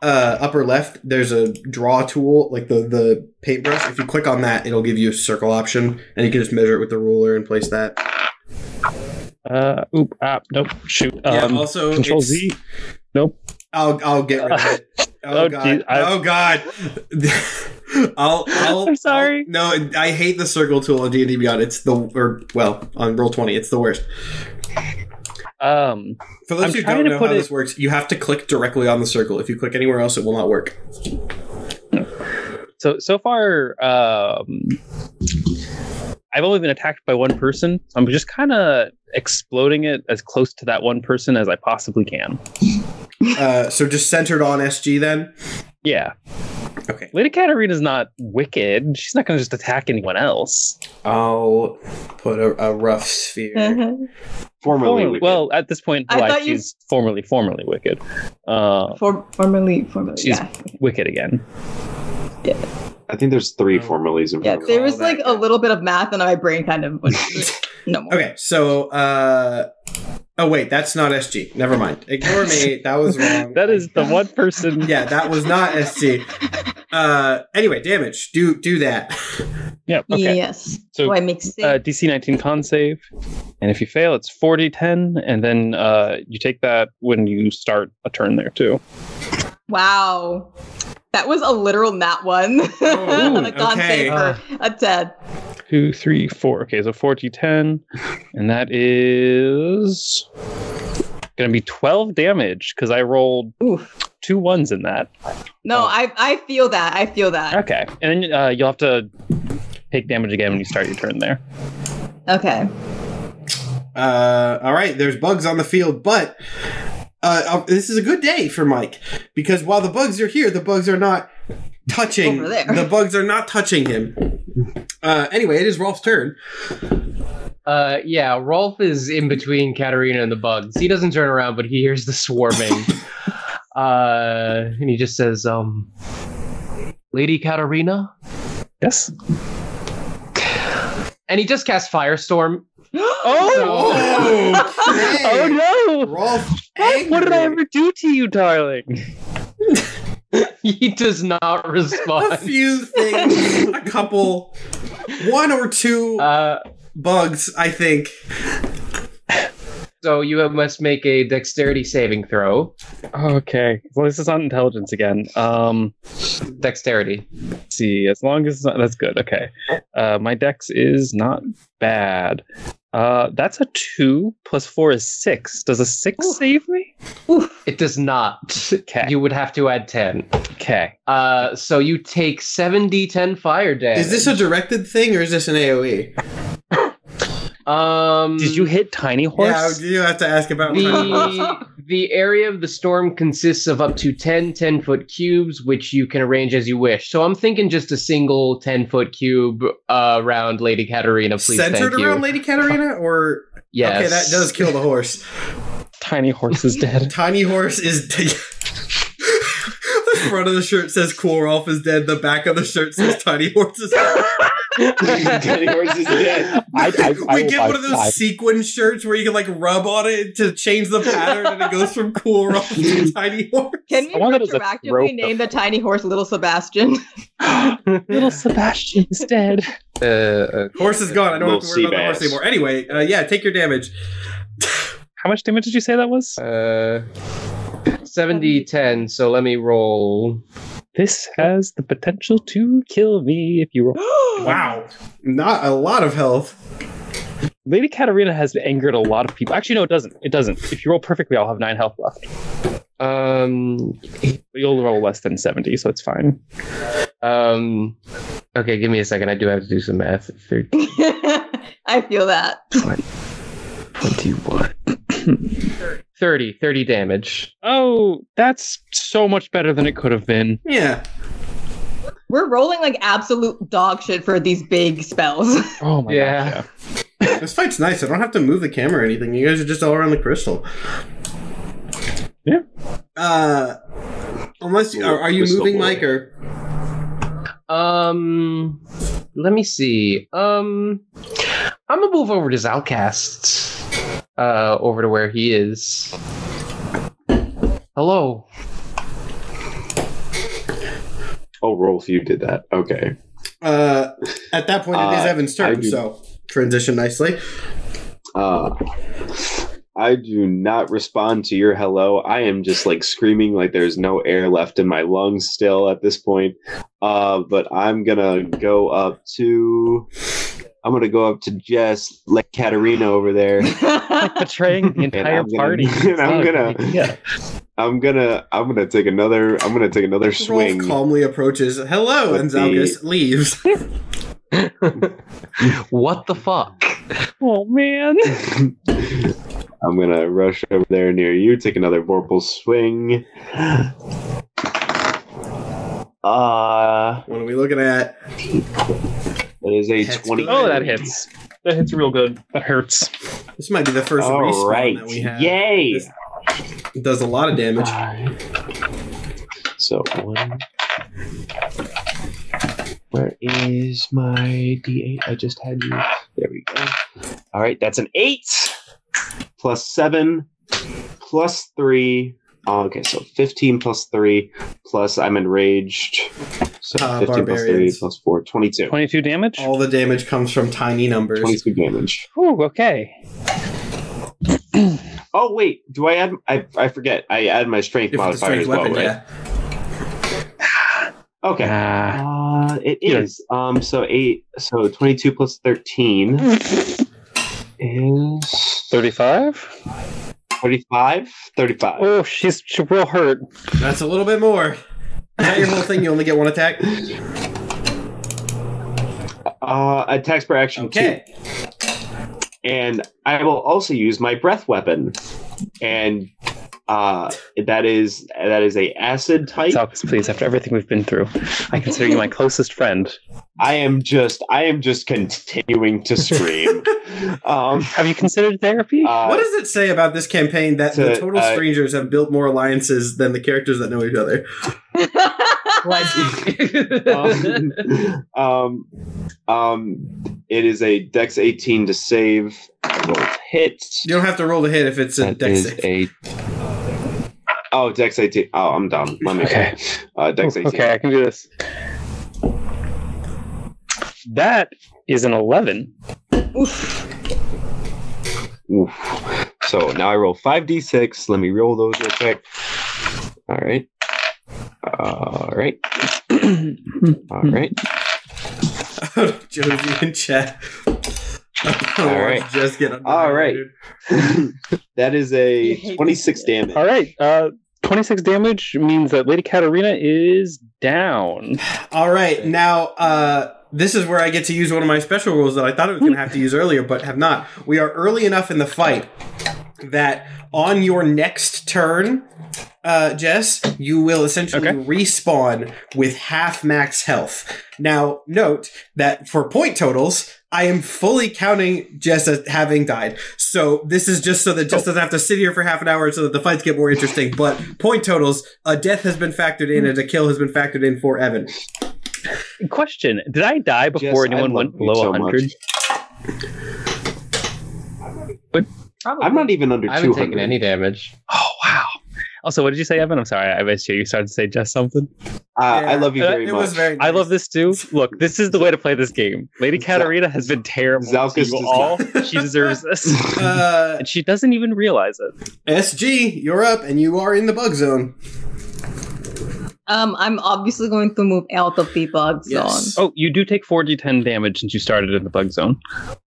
Speaker 1: uh upper left there's a draw tool like the the paintbrush. If you click on that it'll give you a circle option and you can just measure it with the ruler and place that.
Speaker 3: Uh, oop, ah, nope, shoot.
Speaker 1: yeah,
Speaker 3: Um,
Speaker 1: also
Speaker 3: control
Speaker 1: it's-
Speaker 3: Z. Nope.
Speaker 1: I'll I'll get rid of it. Oh,
Speaker 3: Oh,
Speaker 1: god.
Speaker 3: geez, I-
Speaker 1: oh god. I'll, I'll
Speaker 3: I'm sorry.
Speaker 1: I'll- no, I hate the circle tool on D and D Beyond. It's the or well on roll twenty. It's the worst.
Speaker 3: Um,
Speaker 1: For those
Speaker 3: I'm
Speaker 1: who
Speaker 3: trying
Speaker 1: don't
Speaker 3: to
Speaker 1: know how
Speaker 3: put it-
Speaker 1: this works, you have to click directly on the circle. If you click anywhere else, it will not work.
Speaker 3: so so far, um, I've only been attacked by one person. So I'm just kind of exploding it as close to that one person as I possibly can.
Speaker 1: Uh, so just centered on SG then.
Speaker 3: Yeah,
Speaker 1: Okay.
Speaker 3: Lady Katarina's not wicked. She's not going to just attack anyone else.
Speaker 1: I'll put a, a rough
Speaker 2: Mm-hmm.
Speaker 1: sphere.
Speaker 2: oh,
Speaker 4: Formerly,
Speaker 3: Formerly-
Speaker 4: wicked.
Speaker 3: well, at this point, in
Speaker 2: I
Speaker 3: life,
Speaker 2: thought you-
Speaker 3: she's formerly formerly wicked. Uh,
Speaker 2: For, formerly, formerly,
Speaker 3: She's-
Speaker 2: yeah.
Speaker 3: wicked again.
Speaker 4: I think there's three formalies in
Speaker 2: Yeah,
Speaker 4: formerly.
Speaker 2: there was
Speaker 1: that
Speaker 2: like a
Speaker 1: guy.
Speaker 2: little bit of math, and my brain kind of was like, no more.
Speaker 1: Okay. So. uh Oh wait, that's not SG. Never mind. Ignore me. That was wrong.
Speaker 3: That is the one person.
Speaker 1: yeah, that was not SG. Uh, anyway, damage. Do do that.
Speaker 3: Yeah. Okay.
Speaker 2: Yes.
Speaker 3: So,
Speaker 2: oh, I mixed it.
Speaker 3: Uh, DC 19 con save, and if you fail, it's 40 10, and then uh, you take that when you start a turn there too.
Speaker 2: wow. That was a literal nat one. on a con
Speaker 1: Oh, okay.
Speaker 2: save for
Speaker 3: Uh.
Speaker 2: a Ted.
Speaker 3: Two, three, four. Okay, so 40 10, and that is gonna be 12 damage because I rolled
Speaker 2: Oof.
Speaker 3: two ones in that.
Speaker 2: No,
Speaker 3: Oh.
Speaker 2: I I feel that. I feel that.
Speaker 3: Okay, and then uh, you'll have to take damage again when you start your turn there.
Speaker 2: Okay.
Speaker 1: Uh, all right, there's bugs on the field, but uh, uh, this is a good day for Mike because while the bugs are here, the bugs are not touching.
Speaker 2: Over there.
Speaker 1: The bugs are not touching him. Uh, anyway, it is Rolf's turn.
Speaker 5: Uh, yeah, Rolf is in between Katarina and the bugs. He doesn't turn around, but he hears the swarming. uh, and he just says, um, Lady Katarina?
Speaker 3: Yes.
Speaker 5: And he just casts Firestorm.
Speaker 3: Oh!
Speaker 1: Okay.
Speaker 3: Oh no!
Speaker 1: Rolf,
Speaker 3: What? What did I
Speaker 1: angry.
Speaker 3: ever do to you, darling?
Speaker 5: He does not
Speaker 1: A
Speaker 5: respond.
Speaker 1: few things, a couple, one or two
Speaker 5: Uh,
Speaker 1: bugs, I think.
Speaker 5: so you must make a dexterity saving throw.
Speaker 3: Okay. Well, this is on intelligence again. Um,
Speaker 5: Dexterity.
Speaker 3: let's see. As long as it's not, that's good. Okay. Uh, my dex is not bad. Uh, that's a two plus four is six. Does a six
Speaker 2: Ooh.
Speaker 3: save me?
Speaker 5: It does not.
Speaker 3: Okay.
Speaker 5: You would have to add 10.
Speaker 3: Okay.
Speaker 5: Uh, so you take 7d10 fire damage.
Speaker 1: Is this a directed thing or is this an E? AoE?
Speaker 5: a. Um,
Speaker 3: Did you hit tiny horse?
Speaker 1: Yeah, you have to ask about
Speaker 5: the the area of the storm consists of up to 10 10 foot cubes which you can arrange as you wish so i'm thinking just a single 10 foot cube uh, around lady katerina please
Speaker 1: centered
Speaker 5: thank you
Speaker 1: around Lady Katarina, or
Speaker 5: yes
Speaker 1: okay, that does kill the horse.
Speaker 3: Tiny horse is dead.
Speaker 1: Tiny horse is. dead. the front of the shirt says "Cool Rolf is dead." The back of the shirt says "Tiny horse is." dead.
Speaker 4: Tiny horse is dead.
Speaker 3: I, I, I
Speaker 1: we
Speaker 3: will
Speaker 1: get
Speaker 3: buy
Speaker 1: one of those
Speaker 3: five.
Speaker 1: sequin shirts where you can like rub on it to change the pattern, and it goes from "Cool Rolf" to "Tiny horse."
Speaker 2: Can we
Speaker 3: I want that as a rope,
Speaker 2: retroactively
Speaker 3: though.
Speaker 2: name the tiny horse Little Sebastian?
Speaker 3: Little Sebastian is dead.
Speaker 5: uh, uh,
Speaker 1: Horse is gone. I don't have to
Speaker 4: Little
Speaker 1: worry about the
Speaker 4: sea
Speaker 1: horse anymore.
Speaker 4: bass.
Speaker 1: Anyway, uh, yeah, take your damage.
Speaker 3: How much damage did you say that was?
Speaker 5: uh, 70 10 so let me roll
Speaker 3: This has the potential to kill me if you roll.
Speaker 1: Wow, not a lot of health.
Speaker 3: Lady Katarina has angered a lot of people. Actually, no, it doesn't. It doesn't. If you roll perfectly, I'll have nine health left.
Speaker 5: um
Speaker 3: You'll roll less than 70, so it's fine.
Speaker 5: um okay give me a second i do have to do some math 13
Speaker 2: I feel that.
Speaker 5: 21 30 30 damage
Speaker 3: Oh, that's so much better than it could have been.
Speaker 1: Yeah,
Speaker 2: We're rolling like absolute dog shit for these big spells.
Speaker 3: Oh my
Speaker 5: Yeah.
Speaker 3: gosh,
Speaker 1: this fight's nice. I don't have to move the camera or anything. You guys are just all around the crystal.
Speaker 3: Yeah.
Speaker 1: Uh, unless are, are you
Speaker 4: Crystal
Speaker 1: moving,
Speaker 4: boy.
Speaker 1: Mike? Or
Speaker 5: Um, let me see. Um, I'm gonna move over to Zalcast, uh, over to where he is. Hello.
Speaker 4: Oh, Rolf, you did that. Okay.
Speaker 1: uh, at that point, it is
Speaker 4: Uh,
Speaker 1: Evan's
Speaker 4: I
Speaker 1: turn.
Speaker 4: do-
Speaker 1: So transition nicely.
Speaker 4: Uh, I I do not respond to your hello. I am just like screaming like there's no air left in my lungs still at this point. Uh, but I'm gonna go up to I'm gonna go up to Jess, like Katerina over there.
Speaker 3: Betraying the
Speaker 4: And
Speaker 3: entire
Speaker 4: I'm gonna-
Speaker 3: party.
Speaker 4: and I'm gonna-
Speaker 3: Yeah.
Speaker 4: I'm gonna I'm gonna take another I'm gonna take another swing.
Speaker 1: Rolf calmly approaches. Hello, and
Speaker 4: With the-
Speaker 1: Zalgus leaves.
Speaker 5: What the fuck?
Speaker 3: Oh man.
Speaker 4: I'm gonna rush over there near you, take another Vorpal swing. Uh
Speaker 1: What are we looking at?
Speaker 4: it is a
Speaker 1: That's
Speaker 4: twenty.
Speaker 1: good.
Speaker 3: Oh, that hits. That hits real good. That hurts.
Speaker 1: This might be the first
Speaker 4: All
Speaker 1: respawn
Speaker 4: right. Ah,
Speaker 1: that we have.
Speaker 4: Yay!
Speaker 1: This- It does a lot of damage.
Speaker 4: So one. Where is my D8? I just had you. There we go. All right, that's an eight plus seven plus three. Oh, okay, so 15 plus three plus I'm enraged. So
Speaker 1: Ah,
Speaker 4: 15 plus three
Speaker 1: barbarians.
Speaker 4: plus four, 22.
Speaker 3: 22 damage?
Speaker 4: Oh.
Speaker 1: All the damage comes from tiny numbers.
Speaker 4: 22 damage.
Speaker 3: Whew, okay.
Speaker 4: Oh, wait, do I add? I, I forget. I add my strength
Speaker 1: If it's a
Speaker 4: modifier
Speaker 1: strange
Speaker 4: as well,
Speaker 1: weapon,
Speaker 4: right?
Speaker 1: yeah.
Speaker 4: Okay.
Speaker 3: Ah.
Speaker 4: Uh, it
Speaker 3: Yeah.
Speaker 4: is. Um, so eight. So twenty-two plus thirteen is
Speaker 3: 35?
Speaker 4: 35? 35.
Speaker 3: Oh, she's she real hurt.
Speaker 1: That's a little bit more. Is that your whole thing? You only get one attack?
Speaker 4: Uh, attacks per action.
Speaker 1: Okay.
Speaker 4: Two. And I will also use my breath weapon, and uh, that is that is a acid type.
Speaker 3: Salkus, please, after everything we've been through, I consider you my closest friend.
Speaker 4: I am just I am just continuing to scream. um,
Speaker 3: Have you considered therapy?
Speaker 4: uh,
Speaker 1: what does it say about this campaign that the
Speaker 4: to,
Speaker 1: total
Speaker 4: uh,
Speaker 1: strangers have built more alliances than the characters that know each other?
Speaker 4: um, um, um, it is a dex 18 to save. I rolled hit.
Speaker 1: You don't have to roll to hit if it's a
Speaker 4: That
Speaker 1: dex
Speaker 4: is
Speaker 1: save.
Speaker 4: a oh dex 18. Oh, I'm dumb. Let me
Speaker 3: Okay.
Speaker 4: uh, dex 18.
Speaker 3: okay, I can do this. That is an 11.
Speaker 4: Oof. So now I roll 5d6. Let me roll those real quick. All right. All right. All right.
Speaker 1: Josie and Chad.
Speaker 4: All right.
Speaker 1: Just get
Speaker 4: All right. that is
Speaker 2: You
Speaker 4: a
Speaker 2: hate
Speaker 4: 26
Speaker 2: this shit.
Speaker 4: damage.
Speaker 3: All right. Uh, 26 damage means that Lady Katarina is down.
Speaker 1: All right, now uh, this is where I get to use one of my special rules that I thought I was going to have to use earlier, but have not. We are early enough in the fight that on your next turn, uh, Jess, you will essentially
Speaker 3: Okay.
Speaker 1: respawn with half max health. Now, note that for point totals, I am fully counting Jess as having died. So this is just so that Jess doesn't have to sit here for half an hour so that the fights get more interesting. But point totals, a death has been factored in and a kill has been factored in for Evan.
Speaker 3: Question Did I die before
Speaker 4: Jess, I
Speaker 3: anyone
Speaker 4: love
Speaker 3: went
Speaker 4: you
Speaker 3: below
Speaker 4: so
Speaker 3: 100?
Speaker 4: much.
Speaker 5: Probably.
Speaker 4: I'm not even under
Speaker 5: I haven't
Speaker 4: 200.
Speaker 5: taken any damage.
Speaker 3: Oh, wow. Also, what did you say, Evan? I'm sorry. I missed you. You started to say just something.
Speaker 4: Uh, I
Speaker 1: Yeah,
Speaker 4: love you
Speaker 3: uh,
Speaker 4: very
Speaker 1: it
Speaker 4: much.
Speaker 1: was very.
Speaker 3: I love this too. Look, this is the way to play this game. Lady
Speaker 4: Zal-
Speaker 3: Katarina has been terrible
Speaker 4: Zalkus
Speaker 3: to
Speaker 4: does
Speaker 3: you all. She deserves this.
Speaker 1: Uh,
Speaker 3: And she doesn't even realize it.
Speaker 1: SG, you're up, and you are in the bug zone.
Speaker 2: um, I'm obviously going to move out of the bug zone.
Speaker 3: Oh, you do take 4d10 damage since you started in the bug zone.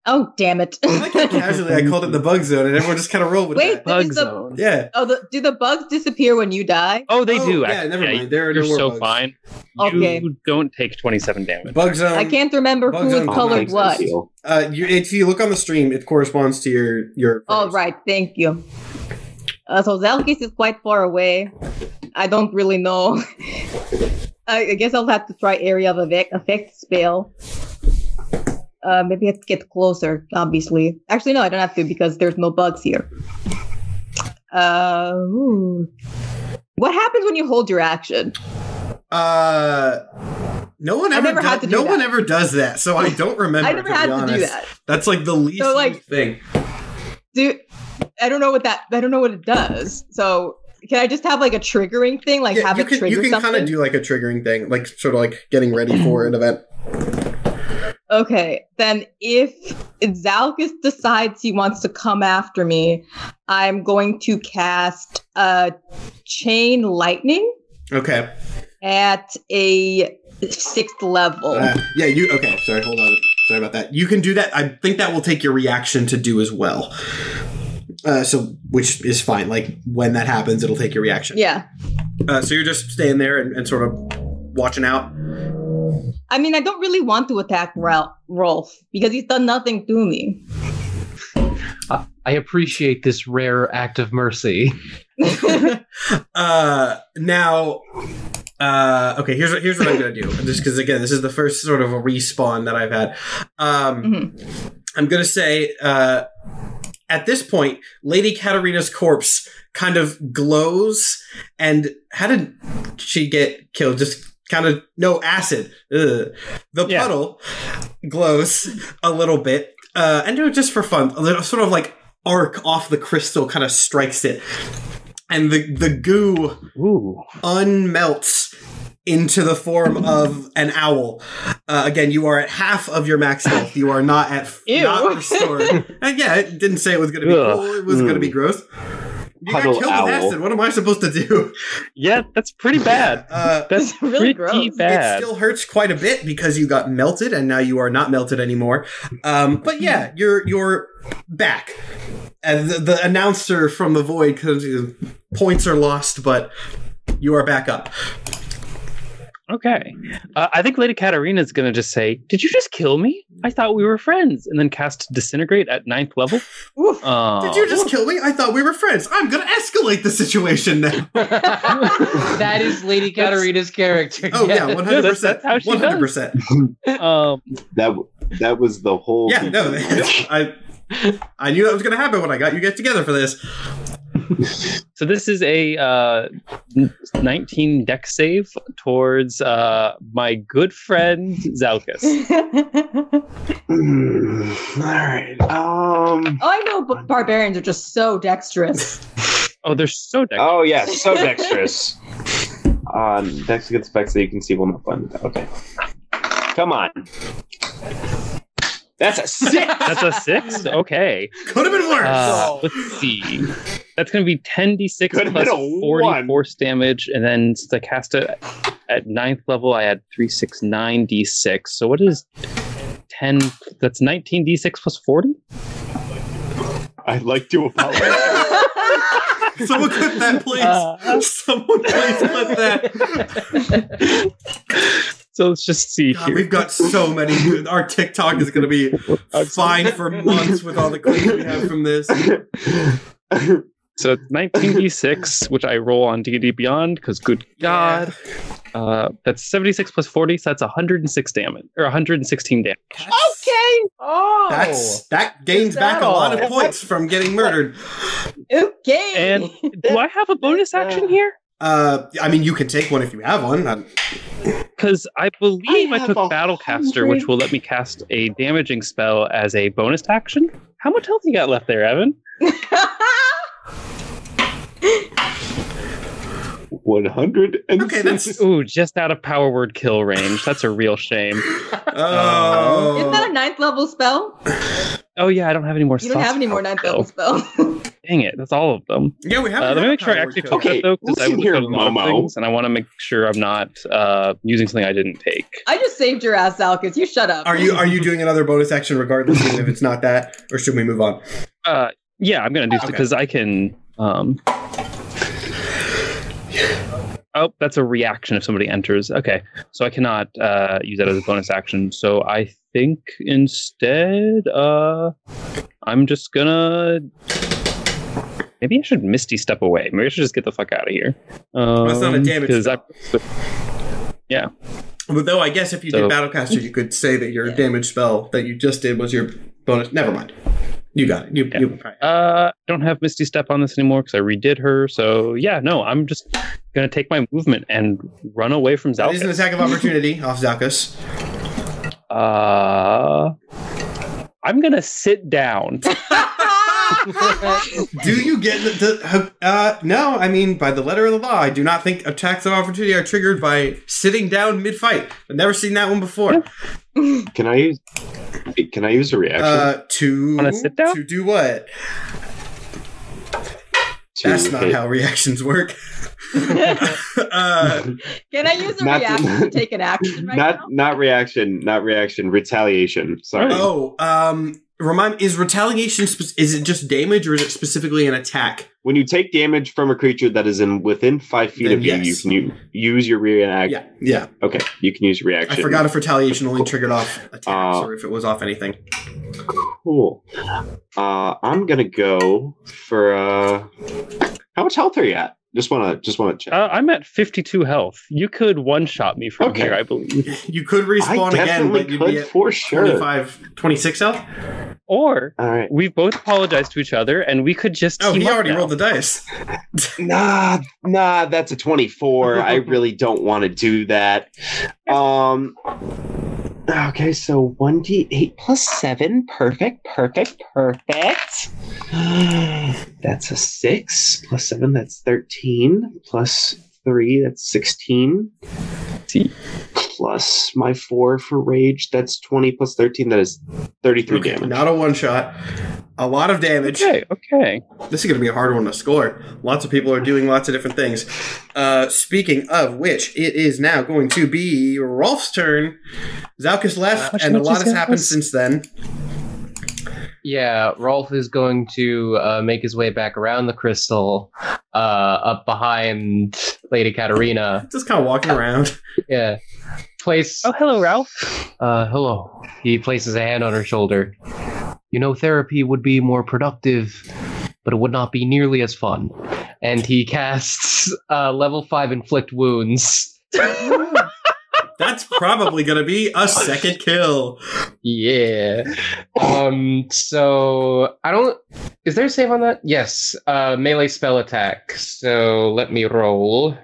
Speaker 2: Oh, damn it!
Speaker 1: I like how casually I called it the bug zone, and everyone just kind of rolled with
Speaker 2: Wait,
Speaker 1: that.
Speaker 2: this
Speaker 3: Bug
Speaker 2: is the-
Speaker 3: zone.
Speaker 1: Yeah.
Speaker 2: oh, the, do the bugs disappear when you die?
Speaker 3: Oh, they
Speaker 1: Oh,
Speaker 3: do.
Speaker 1: Yeah,
Speaker 3: actually.
Speaker 1: never
Speaker 3: Yeah,
Speaker 1: mind. There are no
Speaker 3: You're
Speaker 1: more
Speaker 3: so
Speaker 1: bugs.
Speaker 3: fine.
Speaker 2: Okay.
Speaker 3: You don't take 27 damage.
Speaker 1: Bug zone.
Speaker 2: I can't remember
Speaker 1: bug
Speaker 2: who
Speaker 1: zone
Speaker 2: is
Speaker 1: is
Speaker 2: colored
Speaker 1: bug
Speaker 2: what.
Speaker 1: Uh, you, if you look on the stream, it corresponds to your your.
Speaker 2: All Oh, right, thank you. Uh, so Zalkis is quite far away. I don't really know. I, I guess I'll have to try area of effect, effect spell. Uh, maybe it's get closer, obviously. Actually, no, I don't have to because there's no bugs here. Uh, ooh. what happens when you hold your action?
Speaker 1: Uh, no one
Speaker 2: I
Speaker 1: ever.
Speaker 2: never
Speaker 1: do-
Speaker 2: had to do
Speaker 1: no
Speaker 2: that.
Speaker 1: one ever does that, so I don't remember.
Speaker 2: I never
Speaker 1: to
Speaker 2: had
Speaker 1: be
Speaker 2: to do
Speaker 1: honest.
Speaker 2: that.
Speaker 1: That's like the least
Speaker 2: So, like-
Speaker 1: used thing.
Speaker 2: Do I don't know what that I don't know what it does. So can I just have like a triggering thing? Like
Speaker 1: Yeah,
Speaker 2: have
Speaker 1: you
Speaker 2: it
Speaker 1: can
Speaker 2: trigger
Speaker 1: you can
Speaker 2: something?
Speaker 1: kind of do like a triggering thing, like sort of like getting ready for an event.
Speaker 2: Okay, then if Zalkus decides he wants to come after me, I'm going to cast a chain lightning
Speaker 1: Okay.
Speaker 2: at a sixth level.
Speaker 1: Uh, yeah, you. Okay, sorry, hold on. Sorry about that. You can do that. I think that will take your reaction to do as well. Uh, so, which is fine. Like, when that happens, it'll take your reaction.
Speaker 2: yeah.
Speaker 1: Uh, so, you're just staying there and, and sort of watching out.
Speaker 2: I mean, I don't really want to attack Ralph, Rolf because he's done nothing to me.
Speaker 5: I appreciate this rare act of mercy.
Speaker 2: Oh,
Speaker 1: Uh, now, uh, okay, here's, what- here's what I'm going to do. Just because, again, this is the first sort of a respawn that I've had. Um, I'm going to say uh, at this point, Lady Katarina's corpse kind of glows. And how did she get killed? Just kind of no acid. Ugh. The
Speaker 3: Yeah.
Speaker 1: puddle glows a little bit. Uh, and do it just for fun, a little sort of like arc off the crystal kind of strikes it. And the, the goo
Speaker 3: Ooh.
Speaker 1: unmelts into the form of an owl. Uh, again, you are at half of your max health. You are not at
Speaker 2: Ew.
Speaker 1: not restored. and yeah, it didn't say it was going to be
Speaker 3: Ugh.
Speaker 1: cool. It was going to be gross. You
Speaker 3: Puddle
Speaker 1: got killed
Speaker 3: owl.
Speaker 1: with acid. What am I supposed to do?
Speaker 3: Yeah, that's pretty bad.
Speaker 1: Uh,
Speaker 3: That's
Speaker 2: It's really
Speaker 3: pretty
Speaker 2: gross.
Speaker 1: It
Speaker 3: bad.
Speaker 1: still hurts quite a bit because you got melted, and now you are not melted anymore. Um, but yeah, you're you're back. And the, the announcer from the void comes. Points are lost, but you are back up.
Speaker 3: Okay. Uh, I think Lady Katarina's going to just say, Did you just kill me? I thought we were friends. And then cast Disintegrate at ninth level.
Speaker 2: Oof.
Speaker 3: Uh,
Speaker 1: Did you just kill me? I thought we were friends. I'm gonna escalate the situation now.
Speaker 5: that is Lady Katarina's character.
Speaker 1: Oh yeah, one hundred
Speaker 3: that's-
Speaker 1: percent.
Speaker 3: that's how she
Speaker 1: One hundred percent.
Speaker 3: um,
Speaker 4: That w- that was the whole.
Speaker 1: Yeah, no, I I knew that was gonna happen when I got you guys together for this.
Speaker 3: so this is a uh, 19 deck save towards uh, my good friend Zalkus.
Speaker 2: oh,
Speaker 4: Mm, all right. Um.
Speaker 2: I know, but barbarians are just so dexterous.
Speaker 3: Oh, they're so deck.
Speaker 4: Oh yeah, so dexterous. um, dex against specs that you can see will not blend. Okay. Come on. That's a six.
Speaker 3: That's a six? Okay.
Speaker 1: Could have been worse.
Speaker 3: Uh, let's see. That's going to be 10d6
Speaker 4: Oh. Could've
Speaker 3: plus
Speaker 4: been a
Speaker 3: 40
Speaker 4: one.
Speaker 3: force damage. And then since I cast it at ninth level, I had 369d6. So what is 10? That's 19d6 plus 40?
Speaker 4: I'd like to apologize.
Speaker 1: Someone clip that, please.
Speaker 3: Uh.
Speaker 1: Someone please clip that.
Speaker 3: So let's just see
Speaker 1: God,
Speaker 3: here.
Speaker 1: we've got so many. Our TikTok is gonna be fine for months with all the clips we have from this.
Speaker 3: So it's 19d6, which I roll on D&D Beyond, because good God. Uh, that's 76 plus 40, so that's 106 damage, or 116 damage.
Speaker 1: That's-
Speaker 5: Oh,
Speaker 1: That's that gains
Speaker 5: Is that
Speaker 1: back a lot of
Speaker 5: all?
Speaker 1: points from getting murdered.
Speaker 2: okay.
Speaker 3: And do I have a bonus action here?
Speaker 1: Uh, I mean, you can take one if you have one.
Speaker 3: Uh,
Speaker 1: I'm-
Speaker 3: Because I believe
Speaker 4: I
Speaker 3: I,
Speaker 4: have
Speaker 3: took
Speaker 4: a
Speaker 3: Battlecaster,
Speaker 4: hundred.
Speaker 3: which will let me cast a damaging spell as a bonus action. How much health you got left there, Evan?
Speaker 4: One hundred and
Speaker 1: Okay, that's.
Speaker 3: Ooh, just out of power word kill range. That's a real shame.
Speaker 1: Oh.
Speaker 2: Isn't that a ninth level spell?
Speaker 3: Oh yeah, I don't have any more.
Speaker 2: You don't have
Speaker 3: slots
Speaker 2: any more
Speaker 3: left,
Speaker 2: ninth
Speaker 3: though.
Speaker 2: level spells.
Speaker 3: Dang it, that's all of them.
Speaker 1: Yeah, we have.
Speaker 3: Uh, let me make sure I actually took
Speaker 1: Okay.
Speaker 4: Okay,
Speaker 3: that though, because I
Speaker 4: listen
Speaker 3: would
Speaker 4: here,
Speaker 3: have a lot of
Speaker 4: Momo.
Speaker 3: things, and I want to make sure I'm not uh, using something I didn't take.
Speaker 2: I just saved your ass, Alkis. You shut up.
Speaker 1: Are you are you doing another bonus action regardless even if it's not that, or should we move on?
Speaker 3: Uh, yeah, I'm gonna do
Speaker 1: Okay.
Speaker 3: because I can. Um... Oh, that's a reaction if somebody enters. Okay, so I cannot uh, use that as a bonus action. So I think instead, uh, I'm just gonna. Maybe I should misty step away. Maybe I should just get the fuck out of here. Um,
Speaker 1: it's not a damage
Speaker 3: 'cause I-
Speaker 1: But though I guess if you
Speaker 3: So-
Speaker 1: did Battlecaster, you could say that your damage spell that you just did was your bonus. Never mind. You got it. You,
Speaker 3: Yeah.
Speaker 1: you
Speaker 3: uh, don't have misty step on this anymore because I redid her. So yeah, no, I'm just gonna take my movement and run away from
Speaker 1: that is an
Speaker 3: Zalkus.
Speaker 1: attack of opportunity off Zakus.
Speaker 3: Uh, I'm gonna sit down.
Speaker 1: Do you get the, the uh, no? I mean, by the letter of the law, I do not think attacks of opportunity are triggered by sitting down mid fight. I've never seen that one before.
Speaker 4: Can I use? Can I use a reaction?
Speaker 1: Uh, to
Speaker 3: Wanna sit down?
Speaker 1: to do what?
Speaker 4: to
Speaker 1: That's not
Speaker 4: hit-
Speaker 1: how reactions work. uh,
Speaker 2: Can I use a
Speaker 4: Not-
Speaker 2: reaction to take an action right
Speaker 4: not
Speaker 2: now?
Speaker 4: not reaction, not reaction, retaliation. Sorry.
Speaker 1: oh, um, remind is retaliation. Spe- is it just damage or is it specifically an attack?
Speaker 4: When you take damage from a creature that is in within five feet
Speaker 1: Then
Speaker 4: of
Speaker 1: yes.
Speaker 4: you, you can u- use your reaction.
Speaker 1: Yeah, yeah.
Speaker 4: Okay, you can use your reaction.
Speaker 1: I forgot if retaliation only triggered off attacks
Speaker 4: Uh,
Speaker 1: or if it was off anything.
Speaker 4: Cool. Uh, I'm gonna go for. Uh, how much health are you at? Just wanna, just wanna check.
Speaker 3: Uh, I'm at 52 health. You could one shot me from
Speaker 4: Okay.
Speaker 3: here, I believe.
Speaker 1: You could respawn
Speaker 4: I
Speaker 1: again,
Speaker 4: definitely
Speaker 1: but you'd be
Speaker 4: could
Speaker 1: at
Speaker 4: for sure.
Speaker 1: 25, 26 health.
Speaker 3: Or
Speaker 4: All right.
Speaker 3: we both apologize to each other, and we could just.
Speaker 1: Oh,
Speaker 3: team
Speaker 1: he
Speaker 3: up
Speaker 1: already
Speaker 3: now.
Speaker 1: rolled the dice.
Speaker 4: Nah, nah, that's a 24. I really don't want to do that. Um Okay, so 1d8 plus 7. Perfect, perfect, perfect. That's a 6 plus 7, that's 13 plus 3, that's 16.
Speaker 3: See.
Speaker 4: Plus my 4 for rage, that's 20 plus 13, that is 33
Speaker 1: Okay,
Speaker 4: damage.
Speaker 1: Not a one shot. A lot of damage.
Speaker 3: Okay, okay.
Speaker 1: This is going to be a hard one to score. Lots of people are doing lots of different things. Uh, speaking of which, it is now going to be Rolf's turn. Zalkus left,
Speaker 4: Uh,
Speaker 3: Which
Speaker 1: and a
Speaker 3: one
Speaker 1: lot
Speaker 3: is
Speaker 1: has happened
Speaker 3: Zalkus?
Speaker 1: since then.
Speaker 5: Yeah, Rolf is going to uh, make his way back around the crystal, uh, up behind Lady Katerina.
Speaker 1: Just kind of walking around.
Speaker 5: Yeah, place.
Speaker 3: Oh, hello, Ralph.
Speaker 5: Uh, hello. He places a hand on her shoulder. You know, therapy would be more productive, but it would not be nearly as fun. And he casts uh, level five inflict wounds.
Speaker 1: That's probably going to be a second kill.
Speaker 5: Yeah. Um. So I don't. Is there a save on that? Yes. Uh, melee spell attack. So let me roll.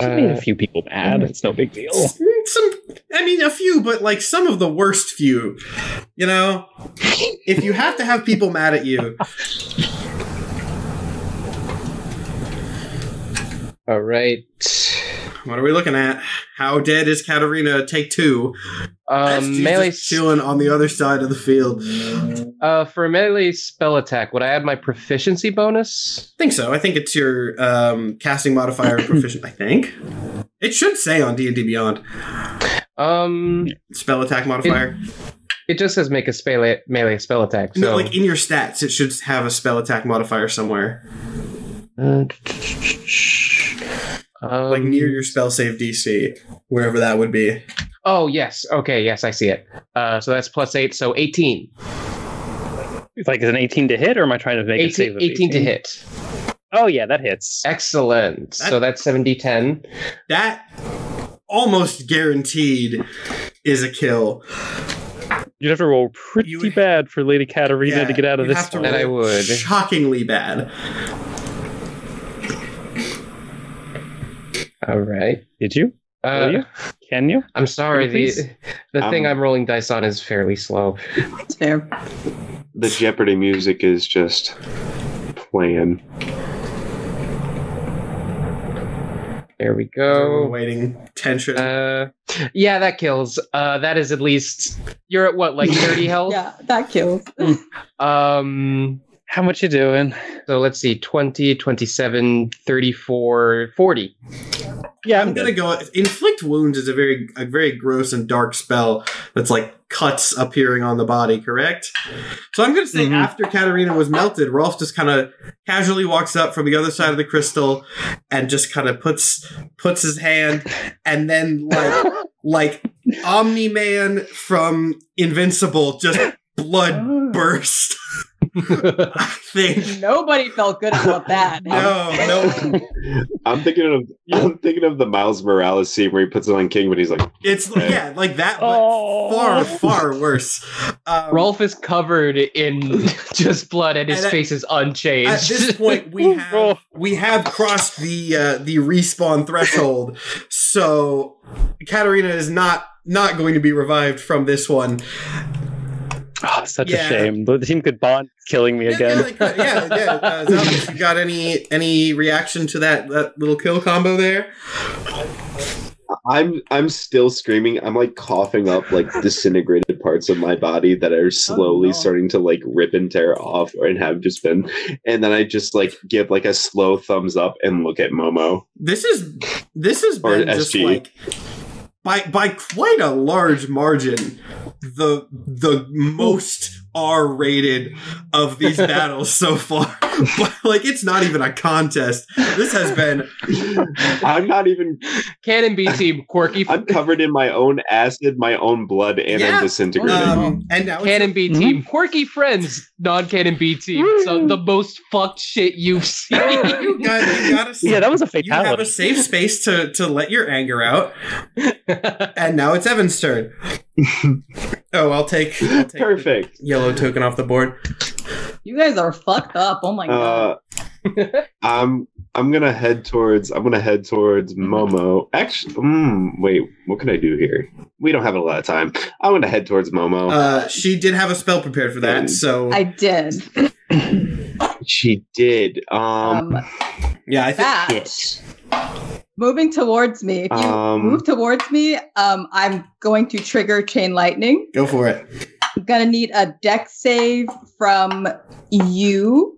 Speaker 3: She made
Speaker 5: Uh,
Speaker 3: a few people mad. It's no big deal.
Speaker 1: Some, I mean, a few, but like some of the worst few. You know, if you have to have people mad at you,
Speaker 5: All right.
Speaker 1: What are we looking at? How dead is Katarina? Take two. As she's
Speaker 5: Um, melee.
Speaker 1: just chilling on the other side of the field.
Speaker 5: Uh, for a melee spell attack, would I add my proficiency bonus?
Speaker 1: I think so. I think it's your um, casting modifier and proficient. I think it should say on D and D Beyond
Speaker 5: Um,
Speaker 1: spell attack modifier.
Speaker 5: it just says make a spele- melee spell attack. So
Speaker 1: no, like e-, in your stats, it should have a spell attack modifier somewhere,
Speaker 5: um,
Speaker 1: like near your spell save DC, wherever that would be.
Speaker 5: Oh yes. Okay. Yes, I see it. Uh, so that's plus eight. So eighteen.
Speaker 3: It's like, is an 18 to hit, or am I trying to make a
Speaker 5: 18,
Speaker 3: save? Of
Speaker 5: 18 to hit.
Speaker 3: Oh, yeah, that hits.
Speaker 5: Excellent. so that's 7d10.
Speaker 1: That almost guaranteed is a kill.
Speaker 3: You'd have to roll pretty
Speaker 1: You-
Speaker 3: bad for Lady Katarina
Speaker 1: Yeah,
Speaker 3: to get out of
Speaker 1: you'd
Speaker 3: this
Speaker 1: have to
Speaker 3: one.
Speaker 5: And I would.
Speaker 1: Shockingly bad.
Speaker 5: All right.
Speaker 3: Did you?
Speaker 5: Uh,
Speaker 3: Will you? Can you?
Speaker 5: I'm sorry.
Speaker 3: Will you
Speaker 5: The, the thing
Speaker 4: Um,
Speaker 5: I'm rolling dice on is fairly slow.
Speaker 2: That's fair.
Speaker 4: The Jeopardy music is just playing.
Speaker 5: There we
Speaker 3: Oh.
Speaker 1: We're
Speaker 5: go.
Speaker 1: waiting tension.
Speaker 5: Uh, yeah, that kills. Uh, that is at least. You're at what, like 30 health?
Speaker 2: Yeah, that kills.
Speaker 5: Um.
Speaker 3: How much you doing?
Speaker 5: So let's see 20, 27, 34, 40.
Speaker 3: Yeah,
Speaker 1: I'm gonna go. Inflict wounds is a very, a very gross and dark spell that's like cuts appearing on the body. Correct. So I'm gonna say
Speaker 3: Mhm.
Speaker 1: after Katarina was melted, Rolf just kind of casually walks up from the other side of the crystal and just kind of puts puts his hand and then like like Omni Man from Invincible, just blood
Speaker 2: Oh.
Speaker 1: burst. I think.
Speaker 2: Nobody felt good about that.
Speaker 1: No, no,
Speaker 4: I'm thinking of I'm thinking of the Miles Morales scene where he puts it on King, but he's like,
Speaker 1: it's yeah, like that, but
Speaker 3: Oh,
Speaker 1: far, far worse. Um,
Speaker 5: Rolf is covered in just blood and his
Speaker 1: And at-
Speaker 5: face is unchanged.
Speaker 1: At this point, we have
Speaker 3: Roll.
Speaker 1: we have crossed the uh, the respawn threshold, so Katarina is not not going to be revived from this one.
Speaker 3: Oh, such
Speaker 1: Yeah.
Speaker 3: a shame. The team could bond is killing me
Speaker 1: Yeah,
Speaker 3: again.
Speaker 1: Yeah, they could. yeah, yeah. Uh, Zalkus, you got any any reaction to that that little kill combo there?
Speaker 4: I'm I'm still screaming. I'm like coughing up like disintegrated parts of my body that are slowly
Speaker 3: no.
Speaker 4: starting to like rip and tear off and have just been and then I just like give like a slow thumbs up and look at Momo.
Speaker 1: This is this has
Speaker 4: Or
Speaker 1: been just
Speaker 4: SG.
Speaker 1: like by by quite a large margin the the most R rated of these battles so far. but like it's not even a contest. This has been
Speaker 4: I'm not even
Speaker 5: Cannon B team quirky.
Speaker 4: I'm covered in my own acid, my own blood, and
Speaker 1: Yeah.
Speaker 4: I'm disintegrating.
Speaker 1: um and now it's
Speaker 5: Canon B
Speaker 3: Mhm.
Speaker 5: team, quirky friends, non Canon B team. So the most fucked shit
Speaker 1: you
Speaker 5: you've seen.
Speaker 1: got you got
Speaker 3: Yeah, that was a
Speaker 1: you have a
Speaker 3: fatality.
Speaker 1: safe space to to let your anger out. and now it's Evan's turn. oh, I'll take, I'll take the
Speaker 4: Perfect.
Speaker 1: yellow token off the board.
Speaker 2: You guys are fucked up. Oh my god.
Speaker 4: Uh, I'm I'm gonna head towards I'm gonna head towards
Speaker 2: Mm-hmm.
Speaker 4: Momo. Actually, mm, wait, what can I do here? We don't have a lot of time. I'm gonna head towards Momo.
Speaker 1: Uh, she did have a spell prepared for that, so
Speaker 2: I did.
Speaker 4: she did. Um,
Speaker 2: Um,
Speaker 1: yeah, I think
Speaker 2: that moving towards me. If you
Speaker 4: Um,
Speaker 2: move towards me, um, I'm going to trigger chain lightning.
Speaker 1: go for it.
Speaker 2: I'm gonna need a deck save from you.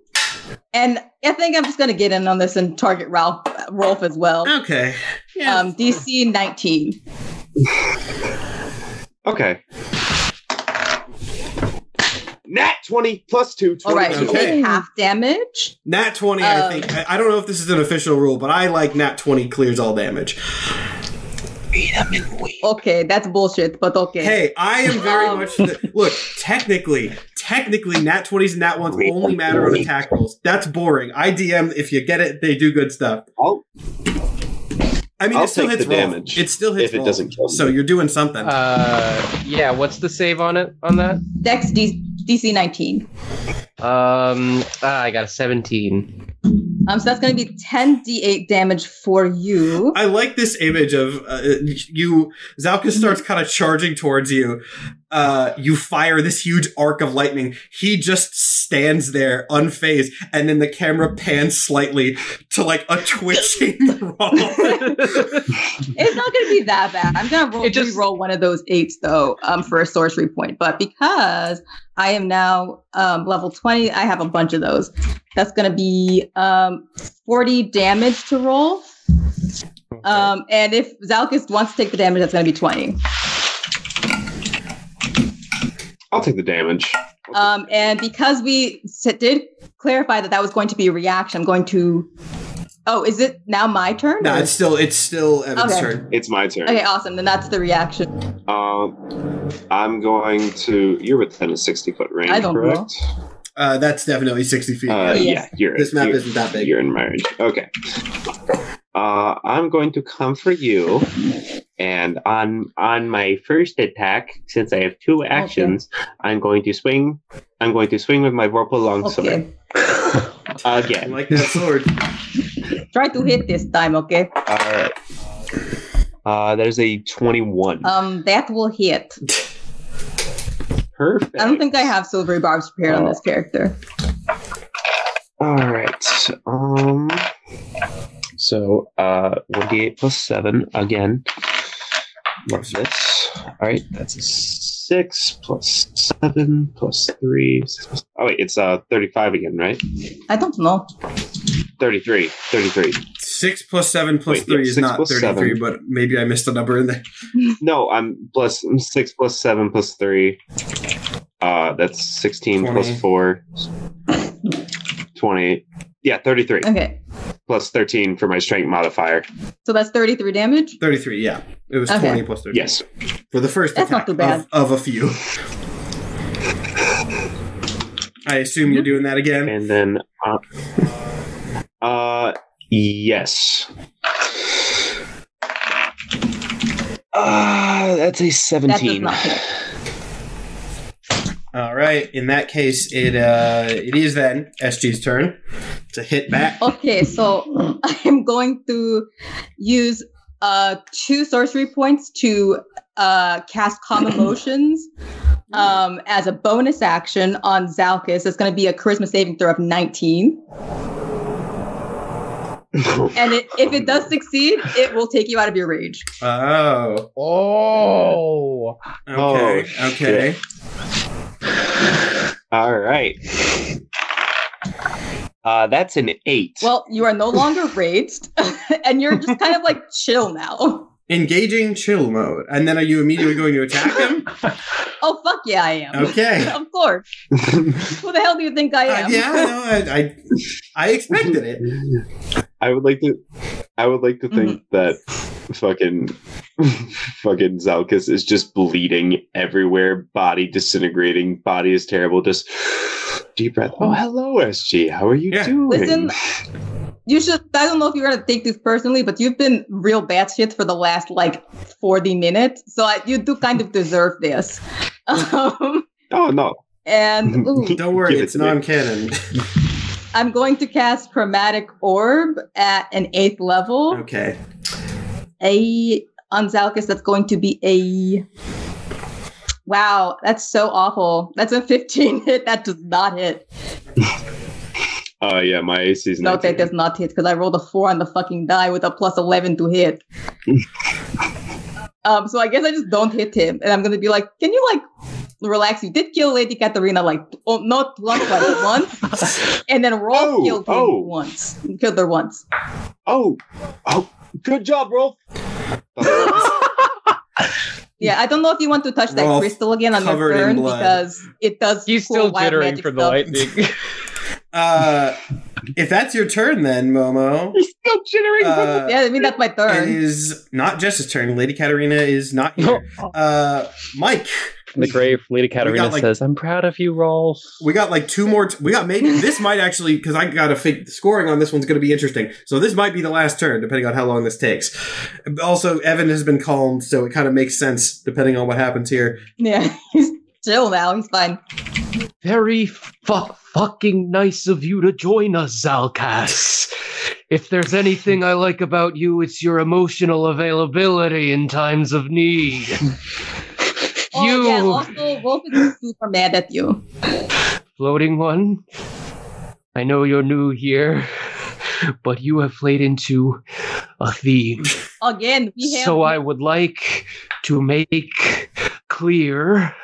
Speaker 2: And I think I'm just gonna get in on this and target Ralph Rolf as well.
Speaker 1: Okay, Oh, yeah,
Speaker 2: Um, DC 19.
Speaker 4: okay. Nat twenty plus two.
Speaker 2: All right,
Speaker 4: 22.
Speaker 2: you
Speaker 1: Okay.
Speaker 2: take half damage.
Speaker 1: nat twenty. I
Speaker 2: um,
Speaker 1: think I, I don't know if this is an official rule, but I like nat twenty clears all damage.
Speaker 2: Okay, that's bullshit, but okay.
Speaker 1: Hey, I am very
Speaker 2: Um.
Speaker 1: much the, look. Technically, technically, nat twenties and nat ones only matter on attack rolls. That's boring. IDM, if you get it, they do good stuff.
Speaker 4: I'll-
Speaker 1: I mean,
Speaker 4: I'll
Speaker 1: it still
Speaker 4: take
Speaker 1: hits
Speaker 4: the
Speaker 1: roll.
Speaker 4: damage
Speaker 1: It still hits
Speaker 4: if it
Speaker 1: roll.
Speaker 4: doesn't kill me.
Speaker 1: So you're doing something.
Speaker 5: uh, yeah, what's the save on it on that?
Speaker 2: Dex D- DC 19.
Speaker 5: Um, ah, I got a 17.
Speaker 2: Um, so that's going to be 10d8 damage for you.
Speaker 1: I like this image of uh, you.
Speaker 2: Mm-hmm.
Speaker 1: Zalkus starts kind of charging towards you. Uh, you fire this huge arc of lightning. He just stands there unfazed, and then the camera pans slightly to like a twitching roll.
Speaker 2: It's not going to be that bad. I'm going to roll
Speaker 5: It just-
Speaker 2: re-roll one of those eights though um, for a sorcery point. But because I am now um, level 20, I have a bunch of those. That's going to be um, 40 damage to roll. Um, and if Zalkus wants to take the damage, that's going to be 20.
Speaker 4: I'll take the damage.
Speaker 2: Um, and because we s- did clarify that that was going to be a reaction, I'm going to. Oh, is it now my turn?
Speaker 1: no,
Speaker 2: or-
Speaker 1: it's still it's still Evan's
Speaker 2: Okay.
Speaker 1: turn.
Speaker 4: It's my turn.
Speaker 2: Okay, awesome. Then that's the reaction.
Speaker 4: Um, I'm going to. You're within a sixty foot range,
Speaker 2: I don't know.
Speaker 4: correct?
Speaker 1: Uh, that's definitely sixty feet.
Speaker 4: Uh,
Speaker 2: Yes.
Speaker 4: Yeah, you're.
Speaker 1: this map
Speaker 4: you're-
Speaker 1: isn't that big.
Speaker 4: You're in marriage. Okay. Uh, I'm going to come for you, and on on my first attack, since I have two actions, I'm going to swing. I'm going to swing with my vorpal longsword
Speaker 2: Okay.
Speaker 1: I
Speaker 4: again.
Speaker 1: like that sword.
Speaker 2: Try to hit this time, okay?
Speaker 4: All right. Uh, there's a twenty-one.
Speaker 2: Um, that will hit.
Speaker 4: Perfect.
Speaker 2: I don't think I have silvery barbs prepared on this character.
Speaker 4: All right. Um. So, uh, one d eight plus seven again. Love this. All right, that's a six plus seven plus three. Six plus, oh wait, it's uh thirty five again, right?
Speaker 2: I don't know.
Speaker 4: 33, 33.
Speaker 1: Six plus seven plus
Speaker 4: Wait, yeah,
Speaker 1: three is
Speaker 4: six
Speaker 1: not
Speaker 4: plus
Speaker 1: thirty-three,
Speaker 4: seven.
Speaker 1: but maybe I missed a number in there.
Speaker 4: No, I'm plus six plus seven plus three. Uh, that's sixteen
Speaker 1: Twenty.
Speaker 4: plus four. Twenty. Yeah, thirty three
Speaker 2: Okay,
Speaker 4: plus thirteen for my strength modifier.
Speaker 2: so that's 33 damage.
Speaker 1: Thirty-three. Yeah, it was
Speaker 2: Okay.
Speaker 1: twenty plus thirty.
Speaker 4: Yes.
Speaker 1: for the first
Speaker 2: That's
Speaker 1: attack
Speaker 2: not too bad.
Speaker 1: Of, of a few. I assume
Speaker 2: Mm-hmm.
Speaker 1: you're doing that again.
Speaker 4: and then uh, uh yes uh, that's a
Speaker 2: That does
Speaker 4: 17
Speaker 2: not hit.
Speaker 1: All right. In that case, it uh, it is then SG's turn to hit back.
Speaker 2: Okay, so I am going to use uh two sorcery points to uh cast calm emotions Um, as a bonus action on Zalkus, it's going to be a charisma saving throw of 19. And it, if it does succeed, it will take you out of your rage.
Speaker 1: Oh.
Speaker 5: Oh,
Speaker 1: Okay.
Speaker 4: Oh,
Speaker 1: okay.
Speaker 4: All right. Uh, that's an eight.
Speaker 2: Well, you are no longer raged, and you're just kind of like chill now.
Speaker 1: Engaging chill mode. And then are you immediately going to attack him?
Speaker 2: Oh fuck yeah, I am.
Speaker 1: Okay.
Speaker 2: of course. Who the hell do you think I
Speaker 1: Uh,
Speaker 2: am?
Speaker 1: yeah, no, I, I I expected it.
Speaker 4: I would like to. I would like to
Speaker 2: Mm-hmm.
Speaker 4: think that fucking fucking Zalkus is just bleeding everywhere, body disintegrating, body is terrible. Just deep breath. Oh, hello, SG. How are you
Speaker 1: Yeah.
Speaker 4: doing?
Speaker 2: Listen, You should. I don't know if you're gonna take this personally, but you've been real batshit for the last like 40 minutes, so I, you do kind of deserve this. Um,
Speaker 4: oh no.
Speaker 2: and ooh,
Speaker 1: Don't worry,
Speaker 4: Give it
Speaker 1: it's
Speaker 4: to me.
Speaker 1: non-canon.
Speaker 2: I'm going to cast Chromatic Orb at an eighth level.
Speaker 1: Okay.
Speaker 2: a on Zalkus, that's going to be a wow that's so awful that's a 15 hit that does not hit
Speaker 4: Oh yeah, my AC is
Speaker 2: no that
Speaker 4: 19.
Speaker 2: does not hit because i rolled a 4 on the fucking die with a plus 11 to hit um so i guess i just don't hit him and i'm gonna be like can you like relax you did kill lady Katarina like oh not once but once and then Rolf
Speaker 4: Oh,
Speaker 2: killed him
Speaker 4: oh.
Speaker 2: once killed her once
Speaker 4: Oh, oh, good job, Rolf.
Speaker 2: Yeah, I don't know if you want to touch that
Speaker 1: Rolf
Speaker 2: crystal again on your
Speaker 1: covered in
Speaker 2: turn
Speaker 1: blood.
Speaker 2: because it does.
Speaker 5: he's
Speaker 2: cool
Speaker 5: still
Speaker 2: wild
Speaker 5: jittering
Speaker 2: magic
Speaker 5: from the
Speaker 2: stuff.
Speaker 5: lightning.
Speaker 1: Uh if that's your turn then, Momo.
Speaker 4: He's still jittering.
Speaker 1: Uh,
Speaker 2: Yeah, I mean that's my
Speaker 1: it
Speaker 2: turn.
Speaker 1: is not Jess's turn. Lady Katarina is not here. Uh Mike,
Speaker 3: In the grave, Lady Katarina
Speaker 1: like-
Speaker 3: says, I'm proud of you, Rolf.
Speaker 1: we got like two more t- we got maybe this might actually because I gotta think the scoring on this one's gonna be interesting. So this might be the last turn, depending on how long this takes. Also, Evan has been calmed, so it kind of makes sense depending on what happens here.
Speaker 2: Yeah, he's chill now. He's fine.
Speaker 5: Very fu- fucking nice of you to join us, Zalkas. If there's anything I like about you, it's your emotional availability in times of need.
Speaker 2: Oh,
Speaker 5: you,
Speaker 2: Yeah, also, Wolf is super mad at you.
Speaker 5: floating one, I know you're new here, but you have played into a theme.
Speaker 2: Again, we have.
Speaker 5: So I would like to make clear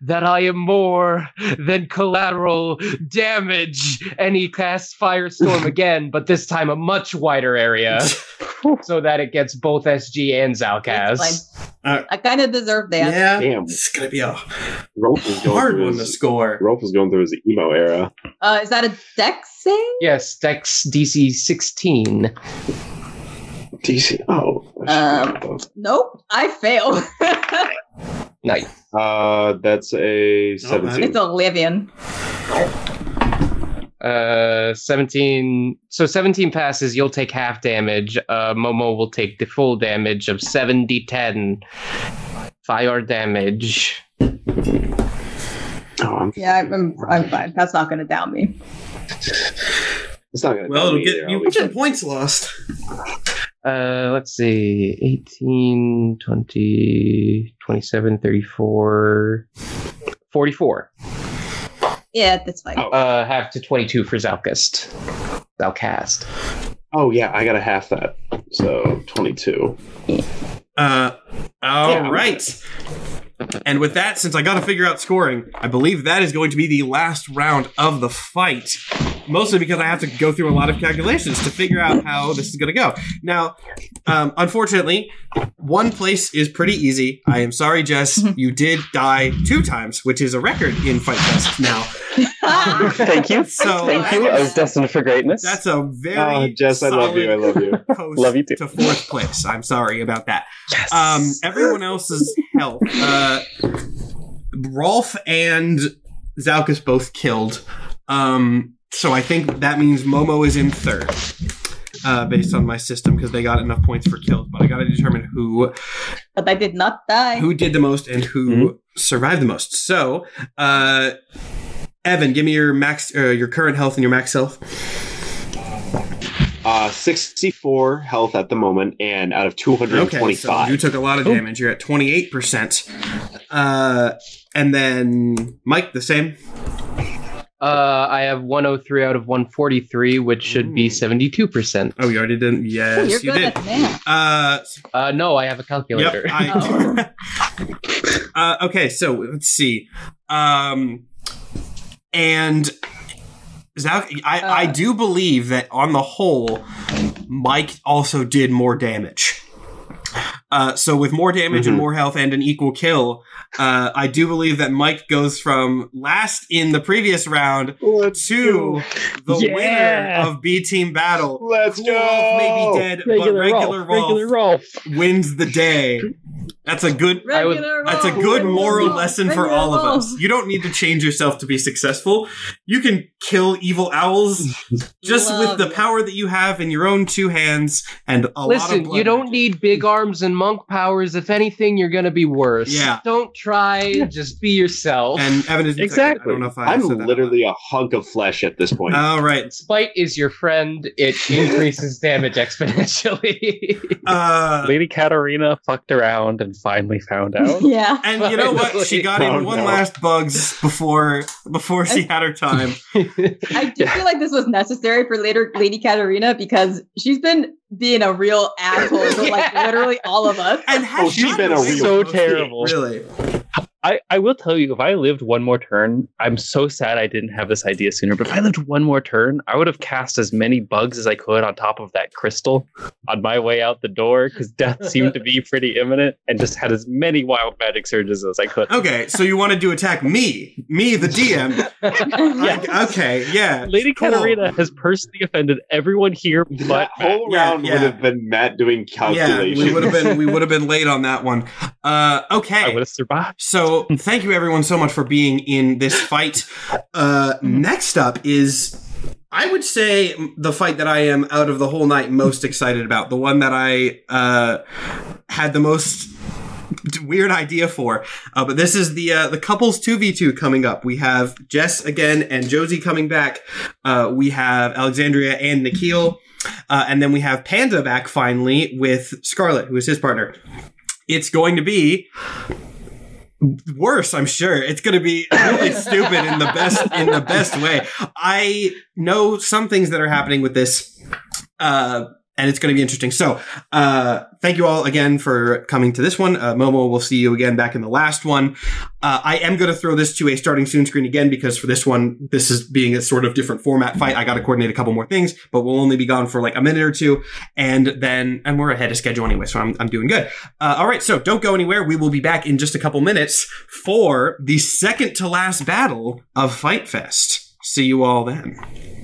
Speaker 5: that I am more than collateral damage. And he casts Firestorm again, but this time a much wider area so that it gets both SG and
Speaker 2: It's
Speaker 5: Zalkaz.
Speaker 2: fine.
Speaker 1: Uh,
Speaker 2: I kind of deserve that.
Speaker 1: Yeah.
Speaker 4: Damn,
Speaker 1: This is gonna be a
Speaker 4: Rolf is going
Speaker 1: hard
Speaker 4: through
Speaker 1: one to
Speaker 4: his,
Speaker 1: score.
Speaker 4: Rolf is going through his emo era.
Speaker 2: Uh, is that a deck save?
Speaker 5: Yes, Dex DC 16.
Speaker 4: DC. Oh.
Speaker 2: Um, Nope, I fail.
Speaker 5: Nice.
Speaker 4: uh, that's a
Speaker 2: it's
Speaker 4: seventeen.
Speaker 2: Oblivion.
Speaker 5: Uh, 17. So 17 passes, you'll take half damage. Uh, Momo will take the full damage of 7d10 fire damage.
Speaker 4: Oh, I'm-
Speaker 2: Yeah, I'm, I'm, I'm fine. That's not gonna down me.
Speaker 4: it's not gonna.
Speaker 1: Well,
Speaker 4: tell
Speaker 1: it'll
Speaker 4: me
Speaker 1: get
Speaker 4: either,
Speaker 1: you
Speaker 4: I'll be-
Speaker 1: some points lost.
Speaker 5: Uh, let's see 18 20 27 34 44
Speaker 2: Yeah, that's fine.
Speaker 4: Oh.
Speaker 5: uh half to 22 for Zalkist. Zalcast.
Speaker 4: Oh yeah, I gotta half that. So twenty-two.
Speaker 1: Uh, all
Speaker 4: Yeah.
Speaker 1: right. And with that, since I got to figure out scoring, I believe that is going to be the last round of the fight. Mostly because I have to go through a lot of calculations to figure out how this is going to go. Now, um, unfortunately, one place is pretty easy. I am sorry, Jess. You did die two times, which is a record in Fight Fest now. Oh.
Speaker 3: Thank you.
Speaker 1: So
Speaker 3: Thank you. I was destined for greatness.
Speaker 1: that's a very
Speaker 4: Oh, Jess, I love you. I love you.
Speaker 1: Coast
Speaker 3: Love you too.
Speaker 1: to fourth place. I'm sorry about that.
Speaker 3: yes.
Speaker 1: um, everyone else's health. Uh, Rolf and Zalkus both killed. Um, so I think that means Momo is in third, uh, based on my system, because they got enough points for kills. But I got to determine who
Speaker 2: but I did not die.
Speaker 1: who did the most and who
Speaker 3: Mm-hmm.
Speaker 1: survived the most. So, uh, Evan, give me your max, uh, your current health and your max health.
Speaker 4: Uh, sixty-four health at the moment, and out of two hundred and
Speaker 1: Okay, so
Speaker 4: twenty-five.
Speaker 1: you took a lot of damage. You're at 28%. Uh, And then Mike, the same.
Speaker 5: Uh, I have 103 out of 143, which should be 72%.
Speaker 1: Oh, you already didn't.
Speaker 2: Ooh, you're
Speaker 1: Yes, you
Speaker 2: good
Speaker 1: did.
Speaker 2: at math.
Speaker 1: Uh,
Speaker 5: Uh, no, I have a
Speaker 1: yep.
Speaker 5: calculator.
Speaker 1: I, uh, okay, so let's see. Um, and Zal- I, I
Speaker 2: Uh.
Speaker 1: do believe that on the whole, Mike also did more damage. Uh, so with more damage and
Speaker 3: Mm-hmm.
Speaker 4: Mhm.
Speaker 1: more health and an equal kill, uh, I do believe that Mike goes from last in the previous round
Speaker 4: Let's
Speaker 1: to the
Speaker 3: Yeah.
Speaker 1: winner of B Team Battle.
Speaker 4: Let's
Speaker 1: Cool Wolf may be dead, but regular
Speaker 3: Rolf,
Speaker 1: Rolf,
Speaker 3: regular Rolf.
Speaker 1: wins the day. That's a good.
Speaker 5: I would-
Speaker 2: Regular
Speaker 1: That's a
Speaker 2: roll,
Speaker 1: good
Speaker 2: regular
Speaker 1: moral
Speaker 2: roll,
Speaker 1: lesson for
Speaker 2: regular
Speaker 1: all of
Speaker 2: roll.
Speaker 1: us. You don't need to change yourself to be successful. You can kill evil owls just
Speaker 2: Love
Speaker 1: with the
Speaker 2: it.
Speaker 1: power that you have in your own two hands and a lot of
Speaker 5: Listen,
Speaker 1: blood.
Speaker 5: you don't need big arms and monk powers. If anything, you're gonna be worse.
Speaker 1: Yeah.
Speaker 5: Don't try. Just be yourself.
Speaker 1: And Evan is
Speaker 3: Exactly.
Speaker 1: I don't know if I
Speaker 4: I'm
Speaker 1: said that.
Speaker 4: literally a hunk of flesh at this point.
Speaker 1: All right.
Speaker 5: Spite is your friend. It increases damage exponentially.
Speaker 1: Uh,
Speaker 3: Lady Katarina fucked around and finally found out.
Speaker 2: Yeah.
Speaker 1: and you know what? She got in
Speaker 4: Finally.
Speaker 1: one last bugs before before she had her time.
Speaker 2: I do feel like this was necessary for later Lady Katarina because she's been being a real asshole to like
Speaker 5: Yeah.
Speaker 2: literally all of us.
Speaker 1: And has
Speaker 4: Oh, she's
Speaker 1: gotten
Speaker 4: been a
Speaker 1: away with
Speaker 3: so
Speaker 1: most of it,
Speaker 3: terrible.
Speaker 1: Really.
Speaker 3: I, I will tell you, if I lived one more turn, I'm so sad I didn't have this idea sooner. But if I lived one more turn, I would have cast as many bugs as I could on top of that crystal on my way out the door because death seemed to be pretty imminent and just had as many wild magic surges as I could.
Speaker 1: Okay, so you wanted to attack me, me the DM.
Speaker 3: Yeah.
Speaker 1: I- okay, yeah.
Speaker 3: Lady
Speaker 1: Cool.
Speaker 3: Katarina has personally offended everyone here but
Speaker 4: that whole
Speaker 1: Yeah,
Speaker 4: round
Speaker 1: yeah.
Speaker 4: would have been Matt doing
Speaker 1: Yeah,
Speaker 4: calculations.
Speaker 1: we would have been we would have been late on that one. Uh,
Speaker 3: I
Speaker 1: okay,
Speaker 3: would have survived.
Speaker 1: so thank you everyone so much for being in this fight. Uh, next up is, I would say the fight that I am out of the whole night most excited about, the one that I uh, had the most weird idea for. Uh, but this is the uh, the couples two v two coming up. We have Jess again and Josie coming back. Uh, we have Alexandria and Nikhil. Uh, and then we have Panda back finally with Scarlet, who is his partner. It's going to be worse, I'm sure. It's going to be really stupid in the best in the best way. I know some things that are happening with this, uh, and it's going to be interesting. So, uh, thank you all again for coming to this one. Uh, Momo, we'll see you again back in the last one. Uh, I am going to throw this to a starting soon screen again because for this one, this is being a sort of different format fight. I got to coordinate a couple more things, but we'll only be gone for like a minute or two, and then and we're ahead of schedule anyway, so I'm I'm doing good. Uh, all right, so don't go anywhere. We will be back in just a couple minutes for the second to last battle of Fight Fest. See you all then.